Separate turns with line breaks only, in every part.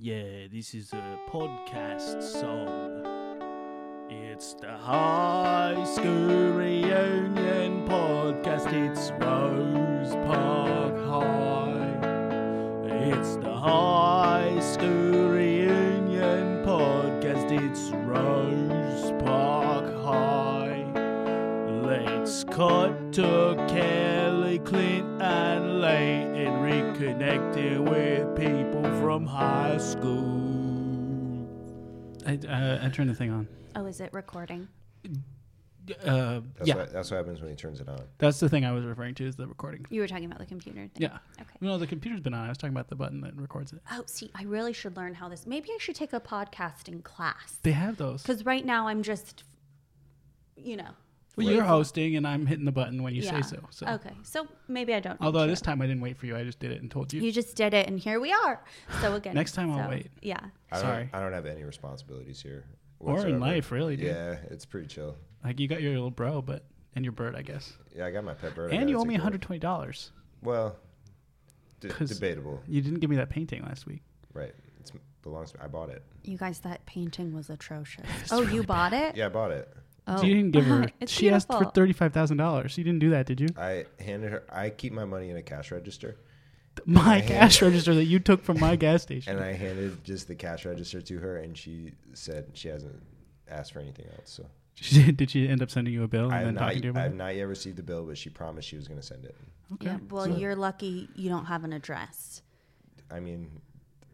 Yeah, this is a podcast song. It's the high school reunion podcast. It's Rose Park High. It's the high school reunion podcast. It's Rose Park High. Let's cut to Kelly, Clint, and Leighton reconnecting with people from high school.
I, uh, I turned the thing on.
Oh, is it recording?
Uh,
That's
yeah,
what that's what happens when he turns it on.
that's the thing I was referring to is the recording.
You were talking about the computer thing.
Yeah.
Okay.
No, the computer's been on. I was talking about the button that records it.
Oh, see, I really should learn how this. Maybe I should take a podcasting class.
They have those.
Because right now I'm just, you know.
Well, you're hosting, and I'm hitting the button when you
yeah.
say so. So,
Okay. So maybe I don't. need
although
to.
this time I didn't wait for you, I just did it and told you.
You just did it, and here we are. So again.
Next time I'll
so,
wait.
Yeah.
I
Sorry.
Don't, I don't have any responsibilities here.
Or in
whatsoever.
life, really, dude.
Yeah, it's pretty chill.
like you got your little bro, but and your bird, I guess.
Yeah, I got my pet bird. I
and you
gotta
owe me
take care of.
120 dollars.
Well, d-
'Cause-
debatable.
You didn't give me that painting last week.
Right. It's belongs. To, I bought it.
You guys, that painting was atrocious. oh, you bought it?
Yeah, I bought it.
Oh.
You didn't give her.
It's
she asked for
beautiful.
thirty-five thousand dollars. You didn't do that, did you?
I handed her. I keep my money in a cash register,
My
I hand-
cash register that you took from my gas station.
Uh, and I handed just the cash register to her, and she said she hasn't asked for anything else. So
She did, did she end up sending you a bill and
I have
then
not.
talking to you
I
about
have
it?
not yet received the bill, but she promised she was going to send it.
Yeah, well, you're lucky you don't have an address.
I mean,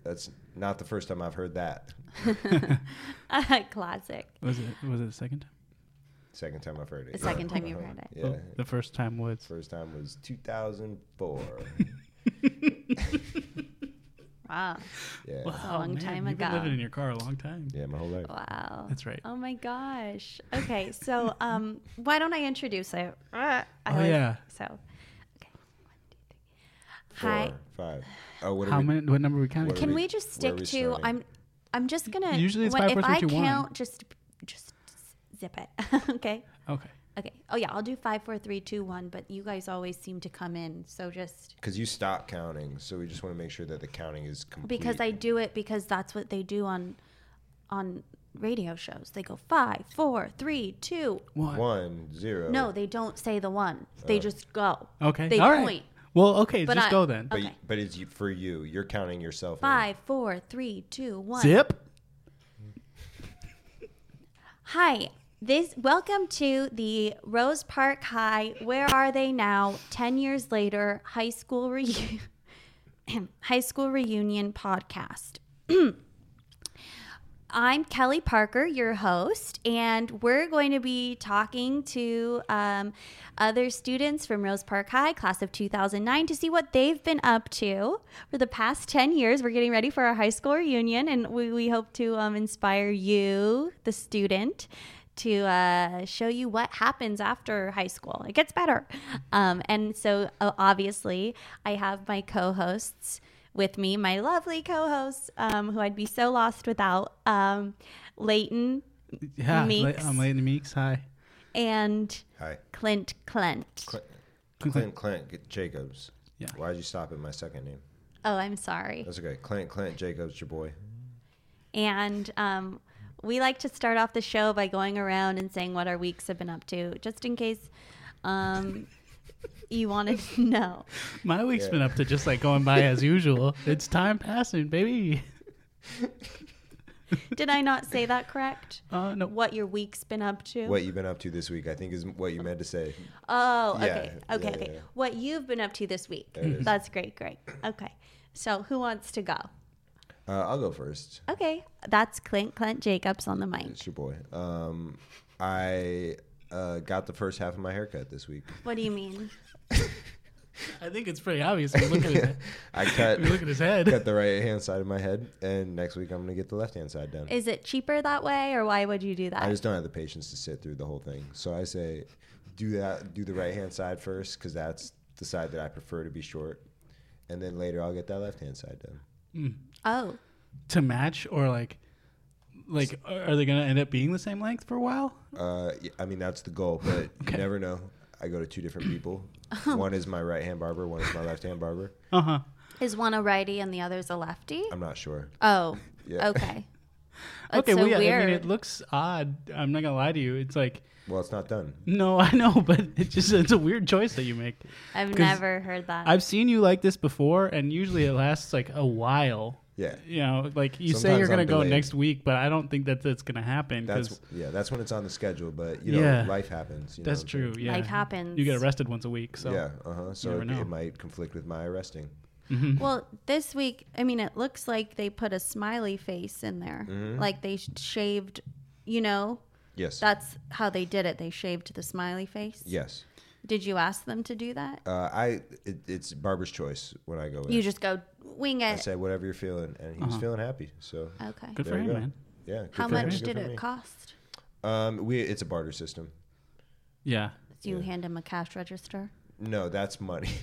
that's not the first time I've heard that.
Classic.
Was it was it the second time?
Second time I've heard it.
The second time you've heard it.
Yeah.
Oh, the first time was
First time was 2004.
Wow.
yeah.
Wow,
long time
Oh, You've been
ago.
living in your car a long time.
Yeah, my whole life.
Wow.
That's right.
Oh my gosh. Okay, so um, why don't I introduce it? Uh, I
Oh, yeah.
So, okay. One, two, three.
Four,
Hi.
five. Oh, what
How
are we?
many? What number we counted?
What are
Can
we-
we just
where
stick
are
to?
we starting?
I'm. I'm just gonna.
Usually it's
when-
five, four,
If
three,
I
two, one.
count, just just zip it. okay.
Okay.
Okay. Oh yeah, I'll do five, four, three, two, one. But you guys always seem to come in, so just
Because you stopped counting, so we just want to make sure that the counting is complete.
because I do it because that's what they do on on radio shows. They go five, four, three, two.
One.
one zero.
No, they don't say the one. They just go.
Okay.
They
All right.
point.
Well, okay.
But
just
I-
go then.
but
okay.
but it's you- for you. You're counting yourself. in.
Five, four, three, two, one.
Zip.
Hi. This welcome to the Rose Park High. Where are they now? Ten years later, high school reu- high school reunion podcast. I'm Kelly Parker, your host, and we're going to be talking to um, other students from Rose Park High, class of 2009, to see what they've been up to for the past 10 years. We're getting ready for our high school reunion, and we, we hope to um, inspire you, the student, to uh, show you what happens after high school. It gets better. Um, and so, uh, obviously, I have my co hosts with me, my lovely co hosts, um, who I'd be so lost without um, Leighton
Yeah.
Meeks.
I'm late in the Meeks. Hi.
and
Hi,
Clint Clent.
Clint, Clint, Clint G- Jacobs.
Yeah.
Why'd you stop at my second name?
Oh, I'm sorry.
That's okay. Clint, Clint Jacobs, your boy.
And um, we like to start off the show by going around and saying what our weeks have been up to, just in case um, you wanted to know.
My week's
Yeah.
been up to just like going by as usual. It's time passing, baby.
Did I not say that correct?
Uh, no.
What your week's been up to?
What you've been up to this week, I think, is what you meant to say.
Oh,
Yeah,
okay.
yeah,
Okay.
yeah,
okay.
yeah.
What you've been up to this week.
There it is.
That's great. Great. Okay. So, who wants to go?
Uh, I'll go first.
Okay. That's Clint Clint Jacobs on the mic.
It's your boy. Um, I uh, got the first half of my haircut this week.
What do you mean?
I think it's pretty obvious. If you look at his, head-
I
if
cut
you look at his head.
cut the right hand side of my head, and next week I'm gonna get the left hand side done.
Is it cheaper that way or why would you do that?
I just don't have the patience to sit through the whole thing, so I say do that. Do the right hand side first, because that's the side that I prefer to be short, and then later I'll get that left hand side done.
oh.
to match or like, like are are they gonna end up being the same length for a while?
Uh, y- I mean that's the goal, but
Okay.
you never know. I go to two different people. one is my right hand barber, one is my left hand barber,
Uh huh.
Is one a righty and the other's a lefty?
I'm not sure.
Oh,
Yeah.
okay. That's
Okay,
so
well, yeah,
weird.
I mean, it looks odd. I'm not gonna lie to you. It's like,
Well, it's not done.
no, I know, but it just it's a weird choice that you make.
I've
'cause
never heard that.
I've seen you like this before, and usually it lasts like a while.
Yeah.
You know, like you say
Sometimes
you're gonna
I'm
go
delayed.
next week, but I don't think that that's gonna happen
That's
because
yeah. That's when it's on the schedule, but you know,
Yeah.
life happens. You know
that's
what I'm saying?
true. Yeah,
Life happens.
You get arrested once a week, so
Yeah. Uh huh. So
never
it,
know.
it might conflict with my arresting.
well, this week, I mean, it looks like they put a smiley face in there, like they sh- shaved. You know,
Yes.
that's how they did it. They shaved the smiley face.
yes.
Did you ask them to do that?
Uh, I it, it's barber's choice when I go in.
You just go wing
I
it.
said whatever you're feeling, and he
Uh-huh.
was feeling happy. So
Okay.
good for
There you
him,
go.
man.
yeah. good
Uh, How
for him,
much
good
did
for
it
me.
cost?
Um, we it's a barter system.
Yeah,
Do you hand him a cash register?
No, that's money.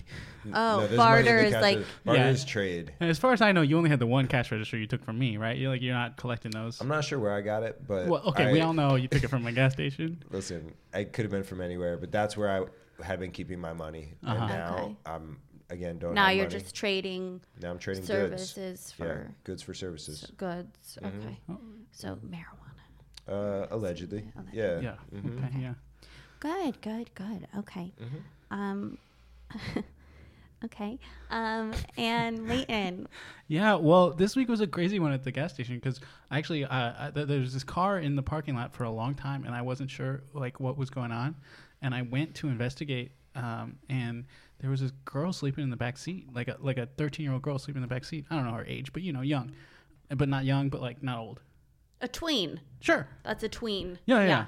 N-
Oh,
there's money in
barter
the
is
cash
like-
register. barter
Yeah.
is trade.
and as far as I know, you only had the one cash register you took from me, right? You're like you're not collecting those.
I'm not sure where I got it, but
well, okay,
I-
we all know you took it from a gas station.
Listen, I could have been from anywhere, but that's where I had been keeping my money,
Uh-huh.
and now
Okay.
I'm again don't.
now
have
you're
money.
just trading
now I'm trading goods.
services
Yeah,
for
goods for services.
goods. Okay. So marijuana.
Uh, allegedly.
Allegedly.
Yeah.
Yeah,
Mm-hmm.
okay, yeah.
Good, good, good. Okay. Um, okay. Um, and Leighton.
Yeah, well, this week was a crazy one at the gas station because actually, uh, I, th- there was this car in the parking lot for a long time, and I wasn't sure like what was going on, and I went to investigate, um, and there was this girl sleeping in the back seat, like a like a thirteen year old girl sleeping in the back seat. I don't know her age, but you know, young, but not young, but like not old.
A tween.
Sure.
That's a tween.
Yeah, yeah. yeah.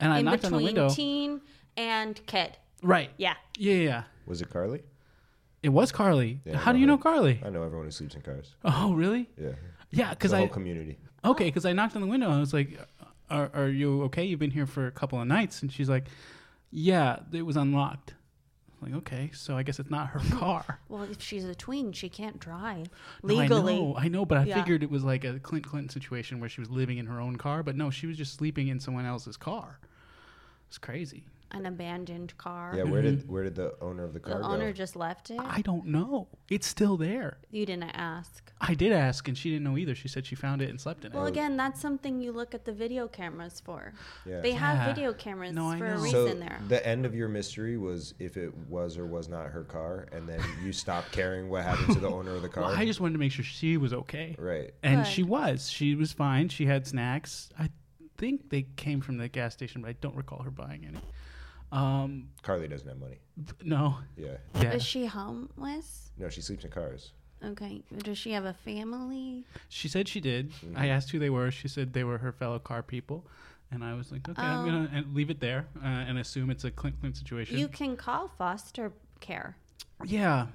And I
In
knocked on the
between
window.
teen and kid.
right.
Yeah.
Yeah, yeah, yeah.
Was it Carly?
It was Carly.
Yeah, I
How do
know
you
her.
know Carly?
I know everyone who sleeps in cars.
Oh, really?
Yeah.
Yeah, because
The
I
whole community.
Uh-huh. Oh.
okay because i knocked on the window and i was like are, are you okay you've been here for a couple of nights and she's like yeah it was unlocked I'm like okay so i guess it's not her car
Well, if she's a tween, she can't drive
No,
legally.
I know, I know but i
Yeah.
figured it was like a clint clinton situation where she was living in her own car but no she was just sleeping in someone else's car it's crazy
An abandoned car.
Yeah. Where
Mm-hmm.
did where did the owner of the
The
car
owner
go?
just left it.
i don't know it's still there
You didn't ask.
i did ask and she didn't know either she said she found it and slept in it
Well, again, that's something you look at the video cameras for.
Yeah.
They have
Yeah.
video cameras
No, I
for a
know.
reason
So
there.
the end of your mystery was if it was or was not her car, and then you stopped caring what happened to the owner of the car.
Well, i just wanted to make sure she was okay
right.
And
Good.
she was. She was fine. She had snacks. I think they came from the gas station, but I don't recall her buying any. Um,
Carly doesn't have money.
th- no.
Yeah.
Yeah.
Is she homeless?
No, she sleeps in cars.
Okay. Does she have a family?
She said she did. I asked who they were. She said they were her fellow car people. And I was like, okay, I'm
Oh.
going to leave it there uh, and assume it's a Clint Clint situation.
You can call foster care.
yeah.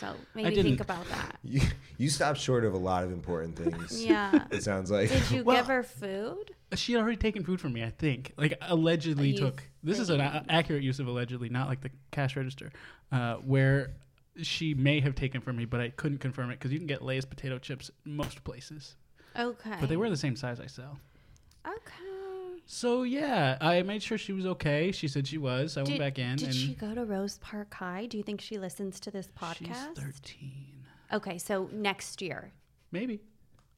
So maybe
didn't.
think about that.
You you stopped short of a lot of important things.
Yeah.
It sounds like.
Did you
Well-
give her food?
She had already taken food from me, I think. Like, allegedly
You
took. This is an a- accurate use of allegedly, not like the cash register, uh, where she may have taken from me, but I couldn't confirm it because you can get Lay's potato chips most places.
Okay.
But they were the same size I sell.
Okay.
So yeah, I made sure she was okay. She said she was. I went
Did,
back in
did
and
she go to Rose Park High? Do you think she listens to this
she's
podcast?
thirteen.
Okay, so next year.
Maybe.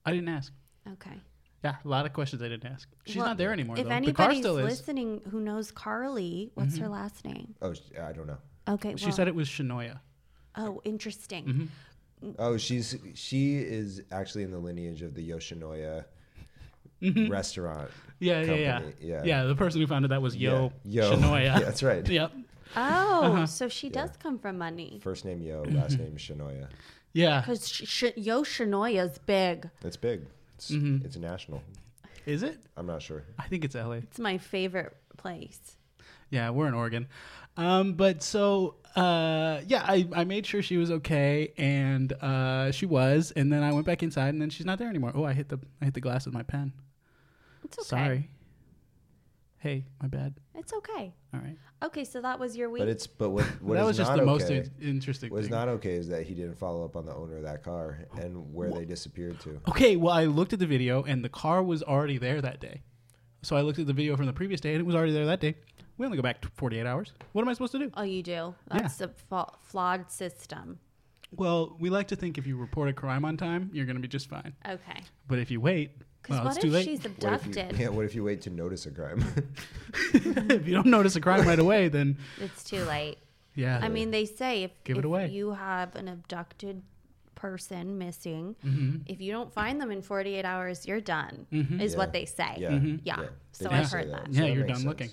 I didn't ask.
Okay.
Yeah, a lot of questions I didn't ask. She's
Well,
not there anymore
If
though. The
anybody's
car still is. Mm-hmm.
listening who knows Carly, what's her last name?
Oh, I don't know.
Okay.
She
well-
said Mm-hmm. it was Shanoia.
Oh, interesting.
Oh, she's she is actually in the lineage of the Yoshinoya
Mm-hmm.
restaurant.
Yeah, yeah, yeah,
Company,
yeah.
yeah.
the person who founded that was Yo
Yeah, Yo.
Shanoia.
Yeah, that's right.
Yep.
Oh,
Uh-huh.
so she does come from money.
First name Yo,
Mm-hmm.
last name Shinoya.
Yeah.
Because sh- sh- Yo Shinoya's big.
It's big. It's,
Mm-hmm.
it's national.
Is it?
I'm not sure.
I think it's LA.
It's my favorite place.
Yeah, we're in Oregon. Um, but so uh, yeah, I, I made sure she was okay, and uh, she was. And then I went back inside, and then she's not there anymore. Oh, I hit the I hit the glass with my pen.
It's okay.
Sorry. Hey, my bad.
It's okay.
All right.
Okay, so that was your week.
But it's but what what
that
is
was just
not
the
okay,
most in- interesting
What's
thing.
not okay is that he didn't follow up on the owner of that car and where they disappeared to.
okay, well, I looked at the video, and the car was already there that day. So I looked at the video from the previous day, and it was already there that day. We only go back t- 48 hours. What am I supposed to do?
oh, you do. That's a fa- flawed system.
Well, we like to think if you report a crime on time, you're going to be just fine.
Okay.
But if you wait,
Because
well,
what
it's too
if
late.
she's
What if you,
abducted?
yeah, what if you wait to notice a crime?
if you don't notice a crime right away, then
It's too late.
yeah.
I mean, they say if,
Give it
if
away.
you have an abducted person missing,
Mm-hmm.
if you don't find them in 48 hours, you're done, is
Yeah.
what they say.
yeah.
Yeah.
They
Ah, So
do
I've
say
heard that.
Mm-hmm. Yeah,
that
you're
makes
done looking.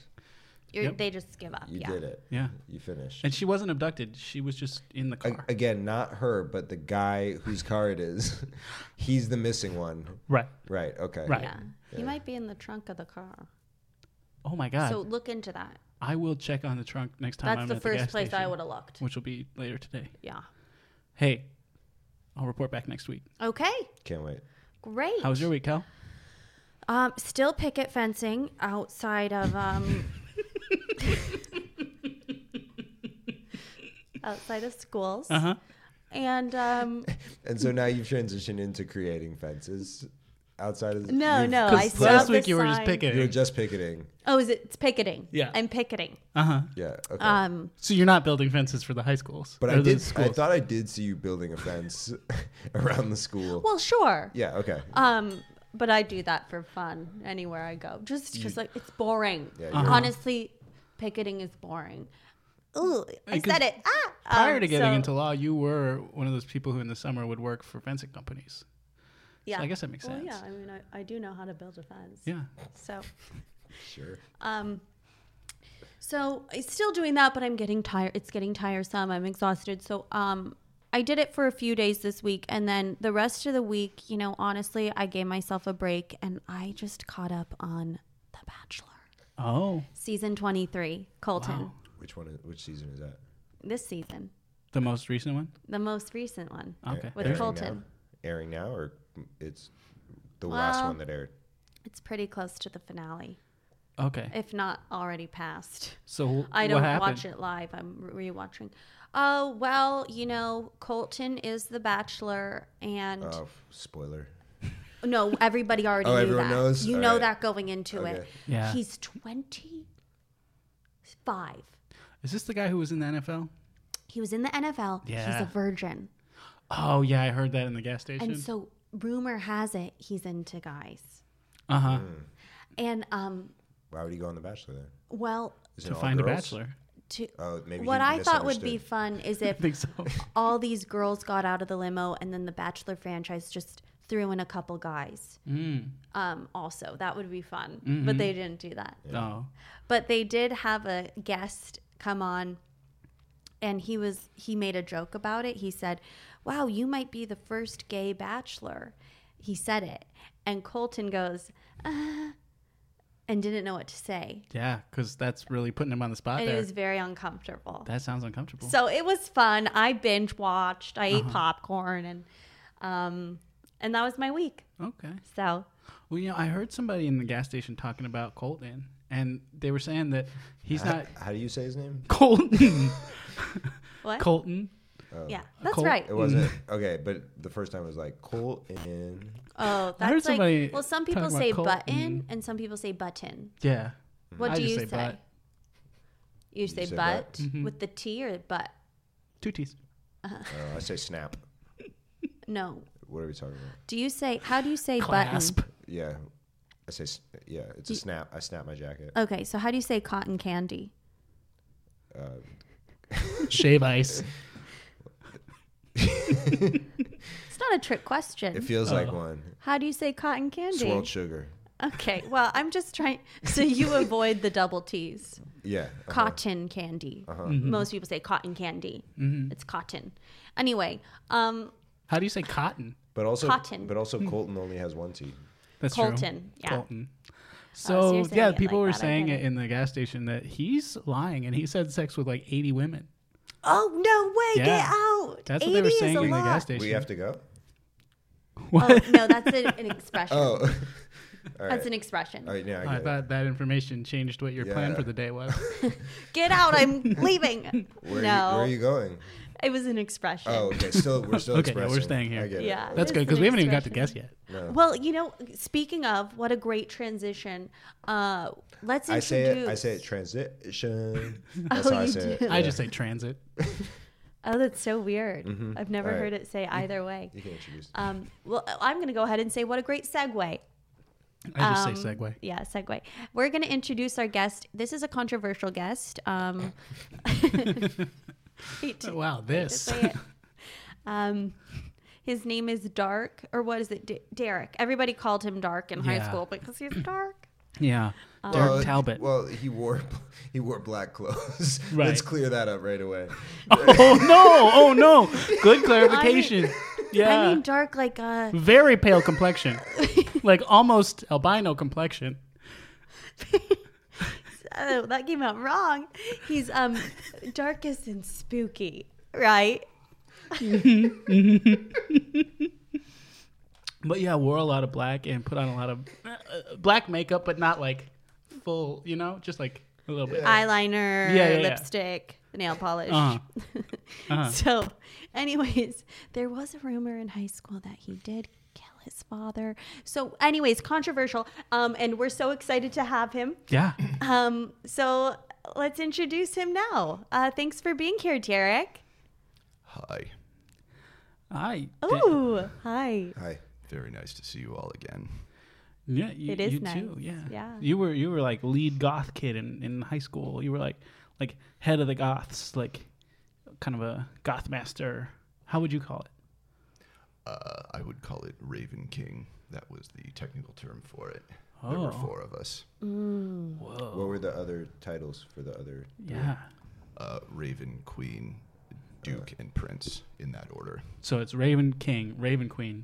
You're,
Yep.
They just give up.
You
yeah.
did it.
Yeah.
You finished.
and she wasn't abducted. She was just in the
A-
car.
Again, not her, but the guy whose car it is. He's the missing one.
right.
Right. Okay.
Right.
Yeah. You might be in the trunk of the car.
Oh my God.
So look into that.
I will check on the trunk next time.
That's
I'm
the
at
first
gas
place I
station,
would have looked.
Which will be later today.
Yeah.
Hey, I'll report back next week.
Okay.
Can't wait.
Great.
How was your week, Cal?
Um, still picket fencing outside of um, outside of schools,
Uh huh.
and um,
And so now you've transitioned into creating fences outside of the.
No,
you've-
no,
'cause
I saw
Last
the
week you were just
sign.
You're
picking.
just picketing.
oh, is it it's picketing?
Yeah.
I'm picketing.
Uh huh.
Yeah. Okay.
Um,
So you're not building fences for the high schools.
but
or
I
the
did. I
schools.
thought I did see you building a fence around the school.
well, sure.
yeah. Okay.
Um, but I do that for fun anywhere I go. Just because like it's boring.
Yeah,
Uh-huh.
you're-
Honestly, picketing is boring. Ooh, I
Because
said it. Ah.
Prior
Um,
to getting
so-
into law, you were one of those people who in the summer would work for fencing companies.
yeah,
I guess that makes
Well,
sense.
yeah, I mean, I, I do know how to build a fence.
Yeah.
So,
sure.
um, so I'm still doing that, but I'm getting tired. It's getting tiresome. I'm exhausted. So, um, I did it for a few days this week, and then the rest of the week, you know, honestly, I gave myself a break, and I just caught up on The Bachelor
Oh,
season 23, Colton.
Wow.
Which one? Is, which season is that?
This season,
the most recent one.
the most recent one.
Okay.
With
Uh, There-
Col-
Now?
Colton.
Airing now, or it's the last
Well-
one that aired?
It's pretty close to the finale,
okay.
if not already past.
So
I
what
don't
happened?
watch it live. I'm rewatching. Oh well, you know, Colton is the bachelor, and
Oh, f- spoiler.
no, everybody already
Oh,
knew
everyone
that.
knows?
You
All
know
right.
that going into it.
Okay.
Yeah.
he's twenty five.
Is this the guy who was in the NFL?
He was in the NFL.
Yeah.
he's a virgin,
Oh yeah, I heard that in the gas
and
station.
so rumor has it he's into guys.
Uh huh.
And um,
Why would he go on The Bachelor then?
well,
Is it
To
all
find a
girls?
bachelor.
to
Oh, maybe
what
he
I thought would be
misunderstood.
fun is
I
if
think so.
all these girls got out of the limo and then the bachelor franchise just threw in a couple guys um, also that would be fun but they didn't do that
Oh.
but they did have a guest come on and he was he made a joke about it he said wow you might be the first gay bachelor he said it and colton goes uh, and didn't know what to say
Yeah, because that's really putting him on the spot
and
there.
it was very uncomfortable
that sounds uncomfortable.
so it was fun. I binge watched. I
Uh-huh.
ate popcorn and um and that was my week.
okay.
So
Well, you know, I heard somebody in the gas station talking about Colton, and they were saying that he's not
How do you say his name?
Colton.
what?
Colton. Oh.
yeah, that's
Col-
right.
It wasn't okay, but the first time was like Colton.
Oh,
I heard
that's
somebody
like well, some people
talking
say
about
button and some people say button.
Yeah.
What
Mm-hmm. I
do
just
you
say
say?
butt.
You say
say
butt
butt.
Mm-hmm.
with the T or butt?
Two T's.
Oh, I say snap.
No.
What are we talking about?
Do you say how do you say
Clasp.
button?
Yeah, I say s- yeah. It's a snap. I snap my jacket.
Okay, so how do you say cotton candy?
Uh,
Shave ice.
It's not a trick question.
It feels like
Oh.
one.
how do you say cotton candy?
Swirled sugar.
Okay, well, I'm just trying so you avoid the double T's.
Yeah. uh-huh.
cotton candy.
Mm-hmm.
Most people say cotton candy. It's cotton. Anyway, um,
How do you say cotton?
But also,
Cotton.
but
Hmm.
also, Colton only has one T.
That's true.
Colton. Yeah. Oh,
Colton.
so
So,
you're
yeah,
saying it
people
like
were
that, I
saying
get
it
it.
in the gas station that he's lying, and he said sex with like 80 women.
Oh no way!
Yeah.
Get out.
That's what they were
80 is
saying
a
in the
lot.
gas station.
We have to go.
Oh, no, that's an, an expression.
Oh,
That's an expression.
all right. Now I
I
get it.
thought that information changed what your plan
Yeah.
for the day was.
Get out! I'm leaving.
Where, are you,
no,
where are you going?
it was an expression.
Oh, okay. Still, we're still
Okay, yeah, we're
expressing.
staying here.
I get it.
Yeah.
That's
It's
good
an
because we haven't even got to guess
expression.
yet.
Well, you know, speaking of, what a great transition. Uh, let's
I
introduce.
say it. I say it. Transition. That's
Oh,
how I
you
say
do.
it.
I just say transit.
Oh, that's so weird.
Mhm.
I've never
All right.
heard it say either way.
You can introduce.
Uh,
Um, well, I'm going to go ahead and say what a great segue.
I just say
Um,
segue.
Yeah, segue. We're going to introduce our guest. This is a controversial guest. Um, hate to-
Wow,
hate to
this.
say it. Um, his name is Dark, or what is it? D- Derek. Everybody called him Dark in high
Yeah.
school because he's dark.
Yeah.
Um,
Derek
Well,
Talbot.
Uh, Well, he wore he wore black clothes.
Right.
Let's clear that up right away.
oh no! Oh no! Good clarification. yeah.
I mean, dark like uh,
Very pale complexion, like almost albino complexion.
oh, that came out wrong. He's um, darkest and spooky, right?
But yeah, wore a lot of black and put on a lot of uh, uh, black makeup, but not like full. You know, just like a little bit.
eyeliner,
Yeah, yeah, yeah.
lipstick, nail polish.
Uh-huh. Uh-huh.
So, anyways, there was a rumor in high school that he did kill his father. So, anyways, controversial. Um, and we're so excited to have him.
Yeah.
Um, so let's introduce him now. Uh, thanks for being here, Derek.
Hi.
I.
Oh, hi.
Hi.
Very nice to see you all again.
Yeah, you,
It is
you
nice.
too. Yeah.
Yeah.
You were you were like lead goth kid in, in high school. You were like like head of the goths, like kind of a goth master. How would you call it?
Uh, I would call it Raven King. That was the technical term for it. There were
Oh.
four of us.
Whoa.
What were the other titles for the other?
Yeah.
Uh, Raven, Queen, Duke,
Uh.
and Prince in that order.
So it's Raven King, Raven Queen,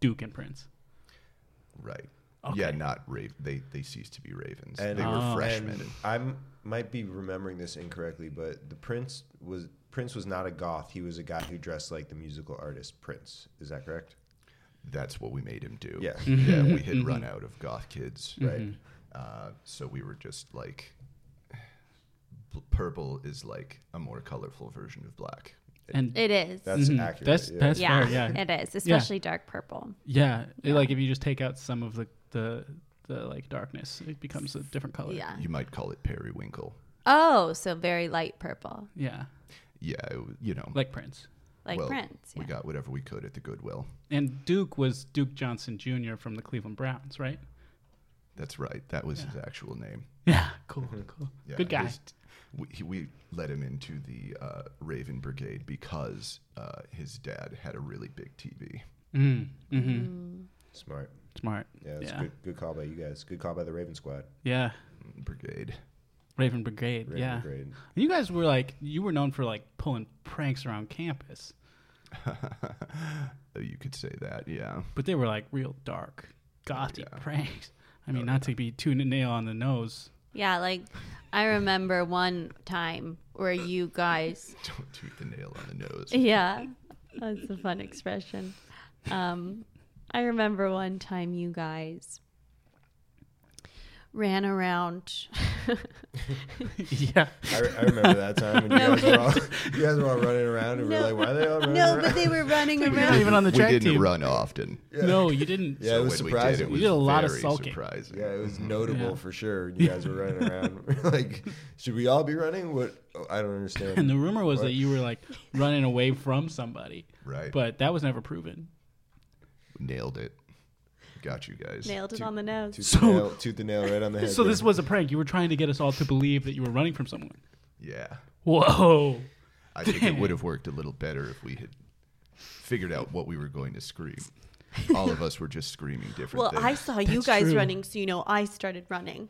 Duke and Prince.
Right.
Okay.
Yeah, not Raven. They, they ceased to be Ravens.
And-
they were
Oh.
freshmen.
I might be remembering this incorrectly, but the prince was Prince was not a goth. He was a guy who dressed like the musical artist Prince. Is that correct?
That's what we made him do.
Yeah. Mm-hmm.
yeah, we had run out of goth kids.
Mm-hmm.
Right.
Uh, so we were just like, bl- purple is like a more colorful version of black.
And
It is.
That's
mhm,
accurate.
That's
yeah.
that's
yeah,
fair. Yeah.
it is, especially dark purple.
Yeah. It- Like if you just take out some of the the the like darkness, it becomes a different color.
Yeah.
You might call it periwinkle.
Oh, so very light purple,
Yeah.
Yeah, it w- you know.
Like Prince.
like
well,
Prince.
We
yeah.
got whatever we could at the Goodwill.
And Duke was Duke Johnson Jr. from the Cleveland Browns, right?
That's right. That was his actual name.
Yeah. Cool. Cool.
Mm-hmm. Yeah,
Good guy.
his- we, he- we let him into the uh, Raven Brigade because uh, his dad had a really big TV.
Mm, mm-hmm.
Smart.
Smart.
Yeah, that's
yeah.
good. Good call by you guys. Good call by the Raven Squad.
Yeah.
Brigade.
Raven Brigade.
Raven
yeah.
Grade.
And You guys were like, you were known for like pulling pranks around campus,
You could say that, yeah.
but they were like real dark, gothy pranks. I
Oh,
mean, not to be too n- nail on the nose.
Yeah, like I remember one time where you guys.
Don't toot the nail on the nose.
Yeah, that's a fun expression. Um, I remember one time you guys ran around.
yeah.
I, re- I remember that time when you guys were all you guys were all running around and we
No.
were like, why are they all running
no,
around?
Oh, but they were running
Not
around.
even on the
we
track
didn't
team.
run often.
No, you didn't.
Yeah, it was
when
surprising.
We did, it
You
was
did Mm-hmm. a lot of
very
sulking.
surprising.
Yeah, it was notable
Yeah.
for sure. You guys were running around. We were like, should we all be running? What? oh, I don't understand.
And the rumor was
What?
that you were like running away from somebody,
Right.
but that was never proven.
Nailed it. Got you guys.
Nailed it
Toot-
on the nose.
tooth,
So-
the nail, tooth the nail right on the head.
So
there.
this was a prank. You were trying to get us all to believe that you were running from someone.
Yeah.
Whoa.
I think it would have worked a little better if we had figured out what we were going to scream. All of us were just screaming different
Well,
things.
I saw you
That's
guys
true. Mm-hmm.
running, so you know I started running.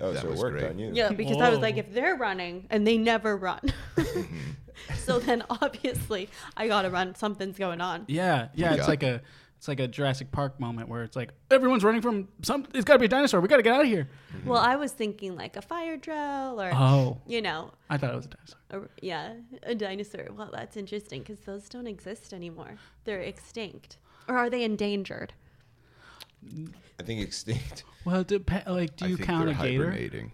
oh,
that
so it
was
worked
great.
on you.
Yeah, because I was
Whoa.
like, if they're running and they never run,
Mm-hmm.
so then obviously I gotta run. Something's going on.
Yeah, yeah. It's
got-
like a it's like a Jurassic Park moment where it's like everyone's running from some. It's got to be a dinosaur. We got to get out of here.
Well, I was thinking like a fire drill or
Mm-hmm. Oh,
you know,
I thought it was a dinosaur.
a, yeah, a dinosaur. Well, that's interesting because those don't exist anymore. They're extinct, or are they endangered?
I think extinct.
Well, dep- like, do
I
you
think
count a
they're
gator?
hibernating.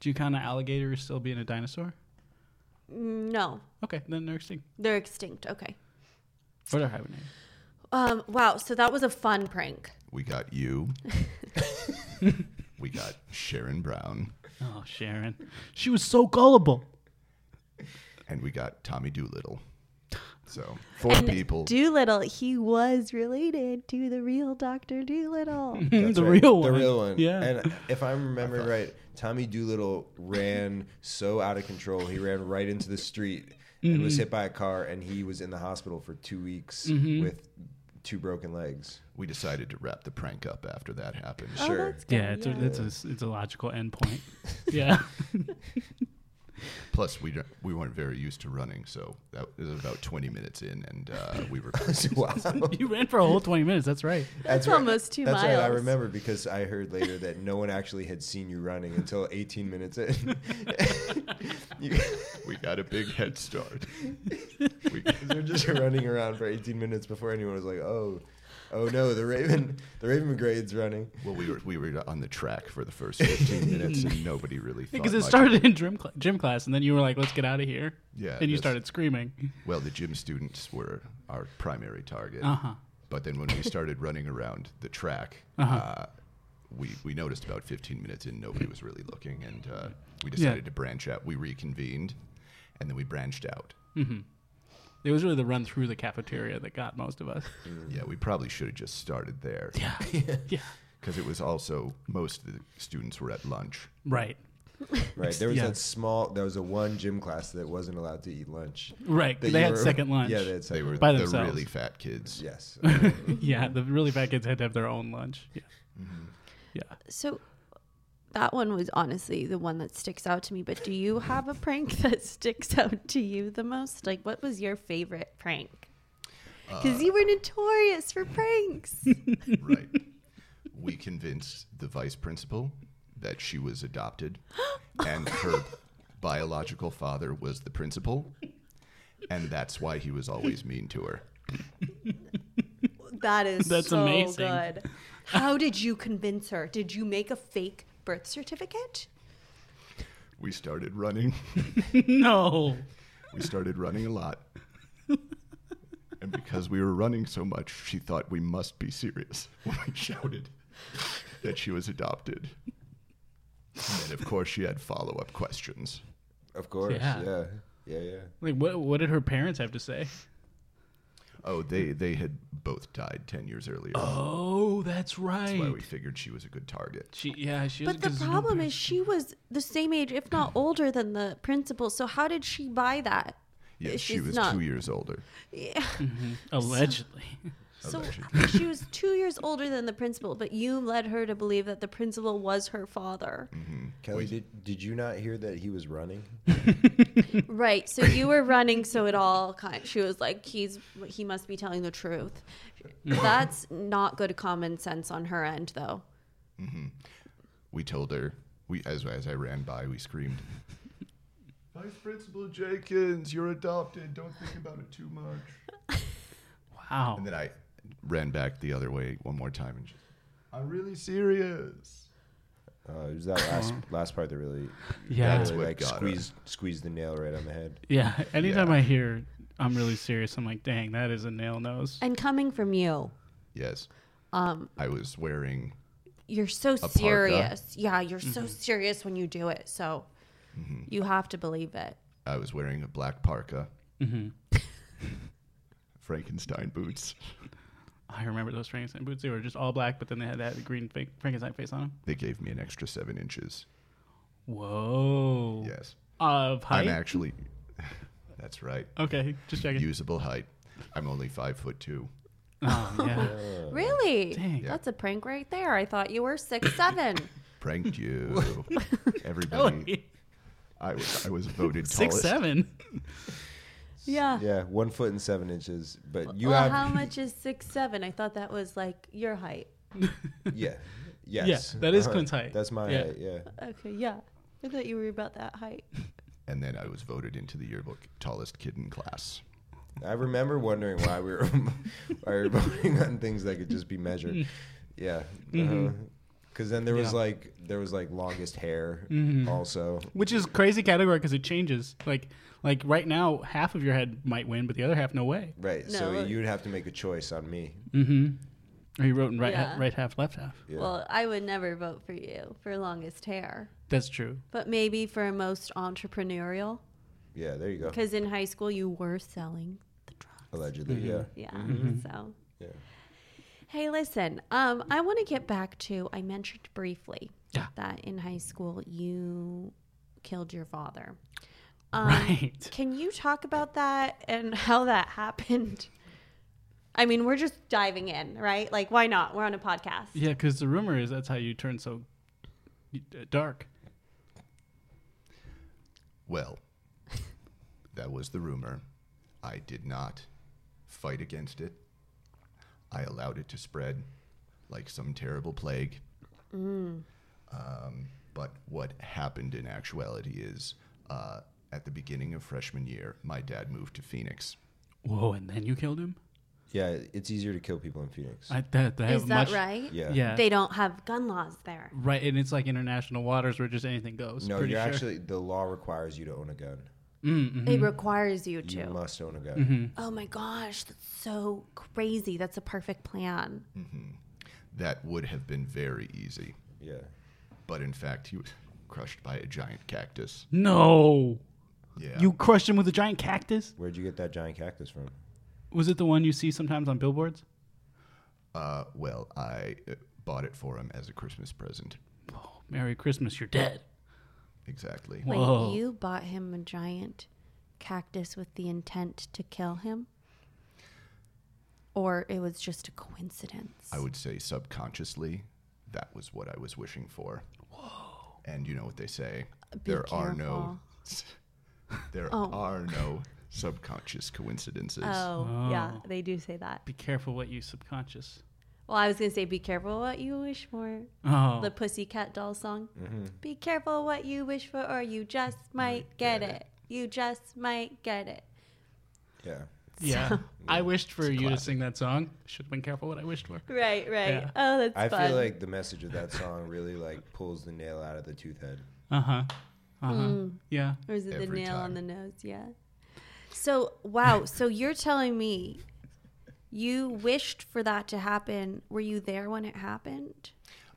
Do you count an alligator as still being a dinosaur?
No,
Okay, then they're extinct.
they're extinct. Okay.
Or they're hibernating.
Um, wow. So that was a fun prank.
We got you. we got Sharon Brown,
Oh, Sharon, she was so gullible.
and we got Tommy Doolittle. So four
and
people.
Doolittle, he was related to the real Doctor Doolittle.
That's
the
right,
real
The
one.
real one.
Yeah.
And if I remember right, Tommy Doolittle ran so out of control. He ran right into the street and
Mm-hmm.
was hit by a car, and he was in the hospital for two weeks
Mm-hmm.
with two broken legs.
we decided to wrap the prank up after that happened.
Oh,
Sure.
that's good,
yeah, it's, A, it's a it's a logical endpoint. yeah,
Plus, we don't- we weren't very used to running, so that was about 20 minutes in, and uh, we were.
wow.
you ran for a whole twenty minutes. That's right.
That's
right.
almost two
That's right. I
miles.
remember because I heard later that no one actually had seen you running until 18 minutes in. you
we got a big head start. we,
you were just running around for 18 minutes before anyone was like, "Oh, oh no, the Raven, the Raven McGrade's running."
well, we were we were on the track for the first 15 minutes, and nobody really thought.
Because it
much of
started in gym, cl- gym class, and then you were like, "Let's get out of here."
Yeah,
and you
that's-
started screaming.
Well, the gym students were our primary target.
Uh-huh.
But then when we started running around the track, uh, we, we noticed about 15 minutes in, nobody was really looking. And uh, we decided to branch out. We reconvened and then we branched out.
It was really the run through the cafeteria that got most of us.
Yeah, we probably should have just started there.
Yeah, yeah,
Because it was also, most of the students were at lunch.
right,
Right. There was
yeah.
that small. There was a one gym class that wasn't allowed to eat lunch.
right. 'cause
That
They
you
had
were-
second lunch.
Yeah, they had
They
second.
were
lunch.
By
the
themselves.
really fat kids.
Yes. uh,
yeah. The really fat kids had to have their own lunch. Yeah, yeah.
So that one was honestly the one that sticks out to me. But do you have a prank that sticks out to you the most? Like, what was your favorite prank? Because you were notorious for pranks.
Right. we convinced the vice principal that she was adopted and her biological father was the principal. And that's why he was always mean to her.
That is
That's
so
amazing.
good. How did you convince her? Did you make a fake birth certificate?
We started running.
No.
We started running a lot. And because we were running so much, she thought we must be serious when we shouted that she was adopted. And then, of course, she had follow up questions.
Of course.
Yeah.
Yeah. Yeah. Yeah.
Like, what what did her parents have to say?
Oh, they, they had both died 10 years earlier.
Oh, that's right.
That's why we figured she was a good target.
she, yeah, she. was
But the
'cause there's no
problem
parents.
is, she was the same age, if not older, than the principal. So how did she buy that?
Yeah,
If
she
she's
was
not-
two years older.
Yeah.
allegedly.
So she was two years older than the principal, but you led her to believe that the principal was her father.
Mm.
Kelly, did, did you not hear that he was running?
Right. So you were running, so it all kind. She was like, "He's he must be telling the truth." That's not good common sense on her end, though.
We told her. We as as I ran by, we screamed. Vice Principal Jenkins, you're adopted. Don't think about it too much.
Wow.
And then I ran back the other way one more time and just. I'm really serious.
Uh, it was that last
Uh-huh.
last part that really,
Yeah.
that
That's
really
what
like
got her.
squeezed squeezed the nail right on the head.
Yeah. Anytime
Yeah.
I hear I'm really serious, I'm like, dang, that is a nail nose.
And coming from you,
Yes. Um. I was wearing.
you're so
parka.
serious. Yeah, you're
Mm-hmm.
so serious when you do it. So you have to believe it.
I was wearing a black parka. Frankenstein boots.
I remember those Frankenstein boots. They were just all black, but then they had that green fa- Frankenstein face on them.
They gave me an extra seven inches.
Whoa.
Yes.
Of height.
I'm actually. That's right.
okay, just checking.
Usable height. I'm only five foot two.
oh, yeah.
Really?
Dang. Yeah.
That's a prank right there. I thought you were six seven.
pranked you. Everybody, I was I was voted
Six
tallest.
seven.
yeah.
Yeah, one foot and seven inches. But you
well,
have
how much is six seven? I thought that was like your height.
yeah, yes.
that is
Uh-huh.
Clint's height.
That's my
Yeah.
height. Yeah.
Okay, yeah. I thought you were about that height.
And then I was voted into the yearbook tallest kid in class.
I remember wondering why we were why we were voting on things that could just be measured. Yeah. Because then there was
Yeah.
like there was like longest hair also.
Which is crazy category because it changes. Like, like right now, half of your head might win, but the other half, no way.
Right.
No.
So you would have to make a choice on me.
Or you wrote in right,
Yeah.
right half, left half.
Yeah.
Well, I would never vote for you for longest hair,
That's true.
but maybe for most entrepreneurial.
Yeah, there you go.
Because in high school, you were selling the drugs.
Allegedly, yeah. Mm-hmm.
Yeah. So,
Yeah.
hey, listen, um, I want to get back to I mentioned briefly
Yeah.
that in high school you killed your father. Um,
Right.
Can you talk about that and how that happened? I mean, we're just diving in, right? Like, why not? We're on a podcast.
Yeah, because the rumor is that's how you turn so dark.
Well, that was the rumor. I did not fight against it. I allowed it to spread like some terrible plague.
Mm.
Um, but what happened in actuality is uh, at the beginning of freshman year, my dad moved to Phoenix.
Whoa, and then you killed him?
Yeah, it's easier to kill people in Phoenix.
I, that, that
Is that
much,
right?
yeah.
Yeah.
They don't have gun laws there.
right, and it's like international waters where just anything goes.
No,
pretty
you're
sure.
actually the law requires you to own a gun.
Mm-hmm.
It requires you to.
You must own a gun.
Oh my gosh, that's so crazy. That's a perfect plan.
That would have been very easy.
Yeah.
But in fact, he was crushed by a giant cactus.
No.
Yeah.
You crushed him with a giant cactus?
Where'd you get that giant cactus from?
Was it the one you see sometimes on billboards?
Uh, well, I uh, bought it for him as a Christmas present.
Merry Christmas, you're dead.
Exactly.
Whoa.
Wait, you bought him a giant cactus with the intent to kill him? Or it was just a coincidence?
I would say subconsciously, that was what I was wishing for. Whoa. And you know what they say? there are no there are no subconscious coincidences.
Oh, yeah, they do say that.
Be careful what you subconscious.
Well, I was going to say, be careful what you wish for.
Oh.
The Pussycat Doll song. Be careful what you wish for, or you just might get it. You just might get it.
Yeah.
yeah. I wished for you to
classic.
sing that song. Should have been careful what I wished for.
Right, right.
Yeah.
Oh, that's
I
fun.
feel like the message of that song really like pulls the nail out of the tooth head.
Uh huh. Uh huh.
Mm.
Yeah.
Or is it the
Every
nail on
time.
the nose? Yeah. So, wow. so you're telling me you wished for that to happen. Were you there when it happened?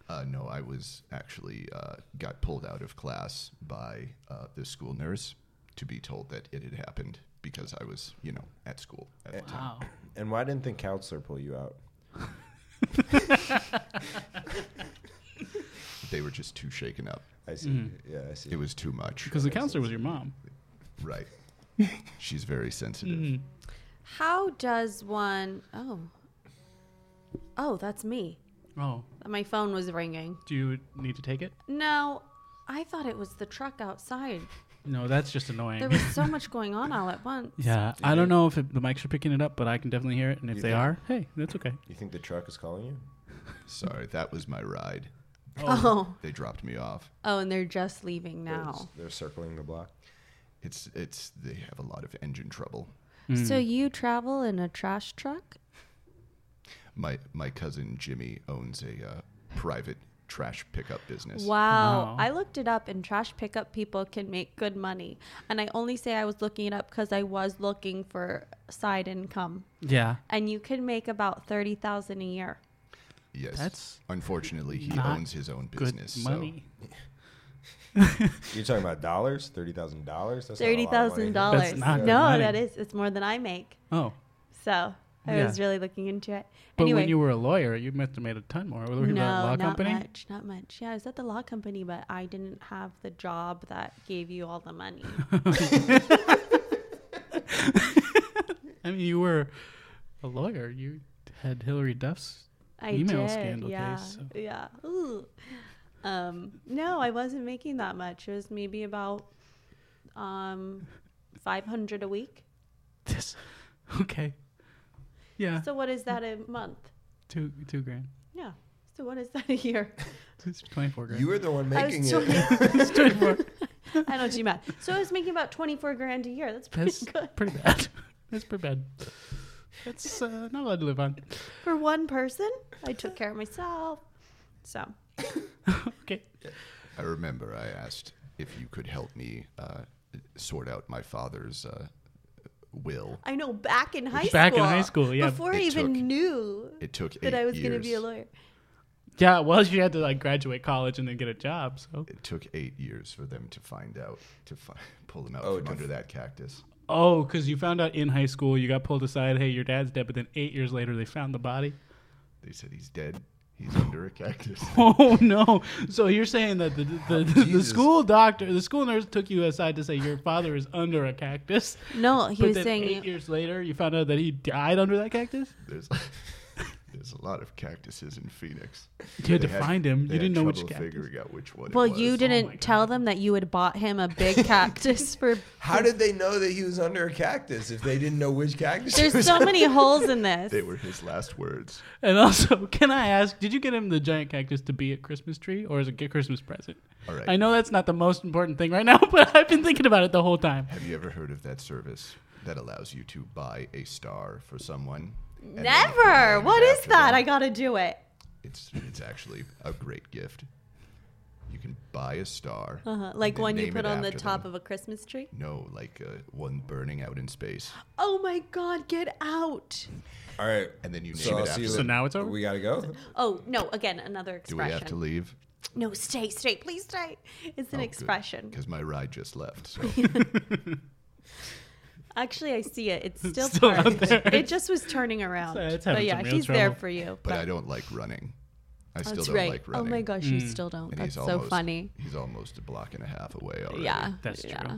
Uh, no, I was actually uh, got pulled out of class by uh, the school nurse to be told that it had happened because I was, you know, at school at the time.
Wow.
And why didn't the counselor pull you out?
ah.
They were just too shaken up.
I see.
Mm-hmm.
Yeah, I see.
It was too much.
Because the counselor was your mom.
right. She's very sensitive.
Mm.
How does one oh Oh, that's me.
Oh.
My phone was ringing.
Do you need to take it?
No, I thought it was the truck outside.
No, that's just
There
annoying.
was so much going on all at once.
Yeah, I don't know if it, the mics are picking it up, but I can definitely hear it. And if they are, hey, that's okay.
you think the truck is calling you?
Sorry, that was my ride.
Oh.
They dropped me off.
Oh, and they're just leaving
It's-
now.
They're circling the block.
It's it's they have a lot of engine trouble.
Hmm.
So you travel in a trash truck?
My my cousin Jimmy owns a uh, private trash pickup business.
Wow.
Wow.
I looked it up and trash pickup people can make good money. And I only say I was looking it up because I was looking for side income.
Yeah,
And you can make about 30000 a year.
Yes,
That's
unfortunately he
not
owns his own
good
business.
money.
You're talking about dollars? Thirty thousand dollars? That's not a lot of money.
$30,000.
That's not
No,
money.
that is. It's more than I make.
Oh,
So I
Yeah.
was really looking into it.
but
anyway,
when you were a lawyer, you must have made a ton more. Were you
no,
at that law
not
company?
much, not much. Yeah, I was at the law company, but I didn't have the job that gave you all the money.
I mean, you were a lawyer. You had Hillary Duff's.
I
Email
did,
scandal
yeah,
case, so.
Yeah. Ooh. Um, no, I wasn't making that much. It was maybe about um, 500 a week.
This, okay, yeah,
So what is that a month?
two two grand.
Yeah. So what is that a year?
It's twenty four grand.
You were the one making
was
it.
It's 24.
I don't do math. So I was making about 24 grand a year. That's pretty
That's
good
pretty bad. That's pretty bad. That's uh, not allowed to live on.
for one person. I took care of myself. So
Okay.
So I remember I asked if you could help me uh, sort out my father's uh, will.
I know back in high
Back
school.
in high school, yeah.
Before I
It
even
took-
knew
It took
that
eight
I was
years.
going to be a lawyer.
Yeah, well, you had to like graduate college and then get a job. So
It took eight years for them to find out to fi- pull him out
Oh,
from
to
under
f-
that cactus.
Oh, because you found out in high school, you got pulled aside. Hey, your dad's dead. But then eight years later, they found the body.
They said he's dead. He's under a cactus.
Oh no! So you're saying that the
Oh,
the, the, the
Jesus.
school doctor, the school nurse, took you aside to say your father is under a cactus.
No, he
but
was
then
saying
eight years later, you found out that he died under that cactus.
There's there's a lot of cactuses in Phoenix.
You had
They
to
had-
find him.
they
You
had
didn't know which
trouble
cactus.
figuring out which one. it
Well,
was. Oh
you didn't
my God.
tell them that you had bought him a big cactus for.
How did they know that he was under a cactus if they didn't know which cactus? he
There's
was
so
under?
many holes in this.
They were his last words.
And also, can I ask, did you get him the giant cactus to be a Christmas tree or as a g- Christmas present?
All right.
I know that's not the most important thing right now, but I've been thinking about it the whole time.
Have you ever heard of that service that allows you to buy a star for someone? and then if you
Never.
name it
What is
after
that?
them-
I gotta do it.
It's it's actually a great gift. You can buy a star.
Uh-huh. Like
then
one you
name
put
it
on the
after
top
them.
of a Christmas tree.
No, like uh, one burning out in space,
Oh my God! Get out.
All right.
and then you name
So I'll
it
see
after.
you
them.
So now it's over?
We gotta go.
Oh no! Again, another
Do we have to
expression.
leave? Oh,
No, stay, stay, please stay. It's an expression.
Because my ride just left. So
Actually, I see it. It's still,
Still out
parked.
there.
It just was turning around.
So it's
but
having
yeah,
some real
he's there
trouble.
for you.
but I don't like running. I still
That's
don't
right.
like
oh
running.
my gosh, you still don't.
And
That's
he's
so
almost-
funny.
He's almost a block and a half away already.
Yeah,
That's true.
yeah.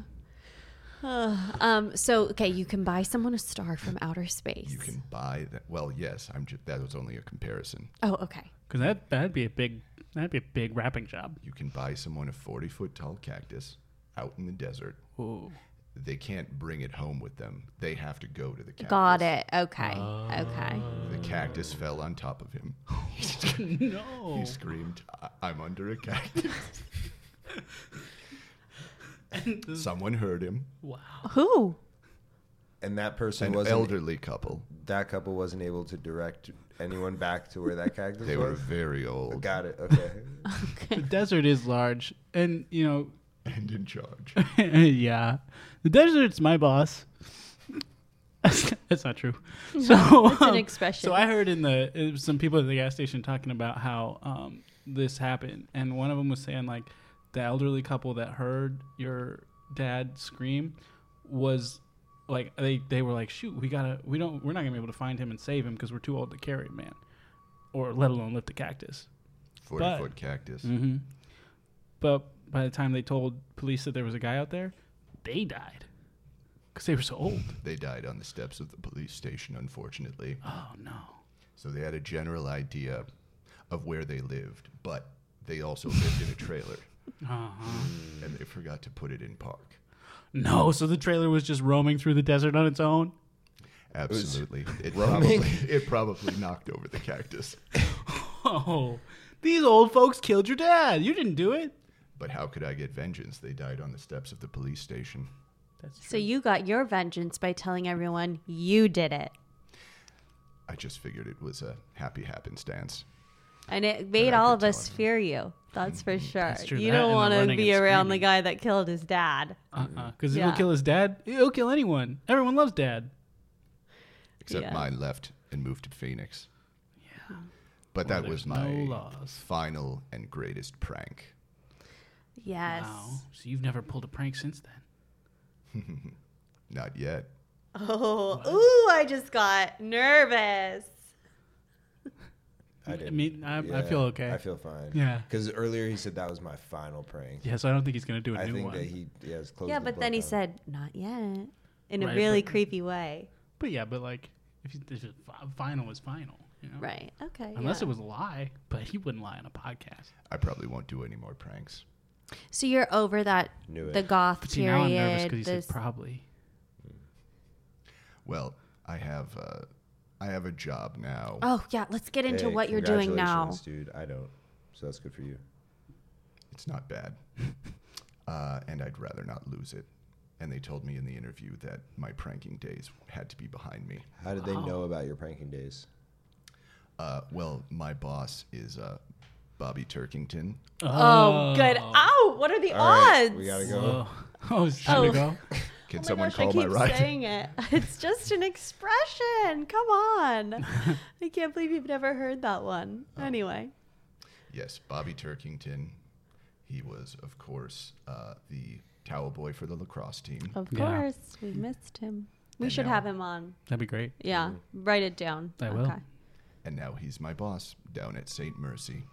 Ugh, um. So okay, you can buy someone a star from outer space.
You can buy that. Well, yes. I'm. Ju- that was only a comparison.
Oh, okay.
Because that, that'd be a big... That'd be a big wrapping job.
You can buy someone a 40 foot tall cactus out in the desert.
Ooh.
They can't bring it home with them. They have to go to the cactus.
Got it. Okay.
Ah.
okay.
The cactus fell on top of him.
No.
He screamed, I- "I'm under a cactus." Someone heard him.
Who?
And that person
An
wasn't.
elderly couple.
That couple wasn't able to direct anyone back to where that cactus
They were
was.
very old
Got it. Okay.
The desert is large. And, you know,
and in charge.
yeah. The desert's my boss. That's not true. So um, it's
an expression.
So I heard in the it was some people at the gas station talking about how um, this happened, and one of them was saying like the elderly couple that heard your dad scream was like they they were like shoot we gotta we don't we're not gonna be able to find him and save him because we're too old to carry him man or let alone lift a cactus
40
But-
foot cactus.
Mm-hmm. but by the time they told police that there was a guy out there they died because they were so old
They died on the steps of the police station, unfortunately.
oh no
So they had a general idea of where they lived, but they also lived in a trailer
uh-huh.
and they forgot to put it in park.
No, so the trailer was just roaming through the desert on its own.
Absolutely. It
roaming.
probably, it probably knocked over the cactus.
Oh, these old folks killed your dad. You didn't do it.
But how could I get vengeance? They died on the steps of the police station.
So you got your vengeance by telling everyone you did it,
I just figured it was a happy happenstance.
and it made all of us fear you. That's for sure.
Mm, true.
You
That and
don't
the
want to
running
be
and
around the
screaming.
guy that killed his dad.
Uh uh Because
Yeah.
it'll kill his dad. It'll kill anyone. Everyone loves dad.
Except
Yeah.
mine left and moved to Phoenix. Yeah. But that was
there's
my
no laws.
final and greatest prank.
Yes.
Wow. So you've never pulled a prank since then.
Not yet.
Oh, ooh! I just got nervous.
I, didn't-
mean, I- I
yeah,
feel okay.
I feel fine.
Yeah.
Because earlier he said that was my final prank.
Yeah, so I don't think he's going to do a
I
new
think
one.
that he yeah, has closed.
Yeah,
the
but then he
book on it.
said, "Not yet," in a
Right,
really
but-
creepy way.
But yeah, but like, if you, if it's fi- final was final. You know?
Right. Okay.
Unless
yeah.
it was a lie, but he wouldn't lie on a podcast.
I probably won't do any more pranks.
So you're over that
Knew it.
the goth
But see,
period.
now I'm nervous because he
this-
said probably.
Well, I have uh, I have a job now.
oh yeah, let's get into
Hey,
what you're doing now.
congratulations, dude. I don't. So that's good for you.
It's not bad, uh, and I'd rather not lose it. And they told me in the interview that my pranking days had to be behind me.
How did they
Oh.
know about your pranking days?
Uh, well, my boss is uh, Bobby Turkington.
Oh, good. Ow! What are the
All right,
odds?
we gotta go.
Oh, oh it's time
Oh.
to go.
Can
Oh my
someone
gosh,
call
I
my
keep
ride?
saying it. It's just an expression. Come on. I can't believe you've never heard that one.
Oh.
Anyway,
Yes, Bobby Turkington. He was, of course, uh, the towel boy for the lacrosse team.
Of
Yeah.
course, we missed him. We
And
should
now-
have him on.
That'd be great.
Yeah,
Mm-hmm.
write it down.
I will.
And now he's my boss down at St. Mercy.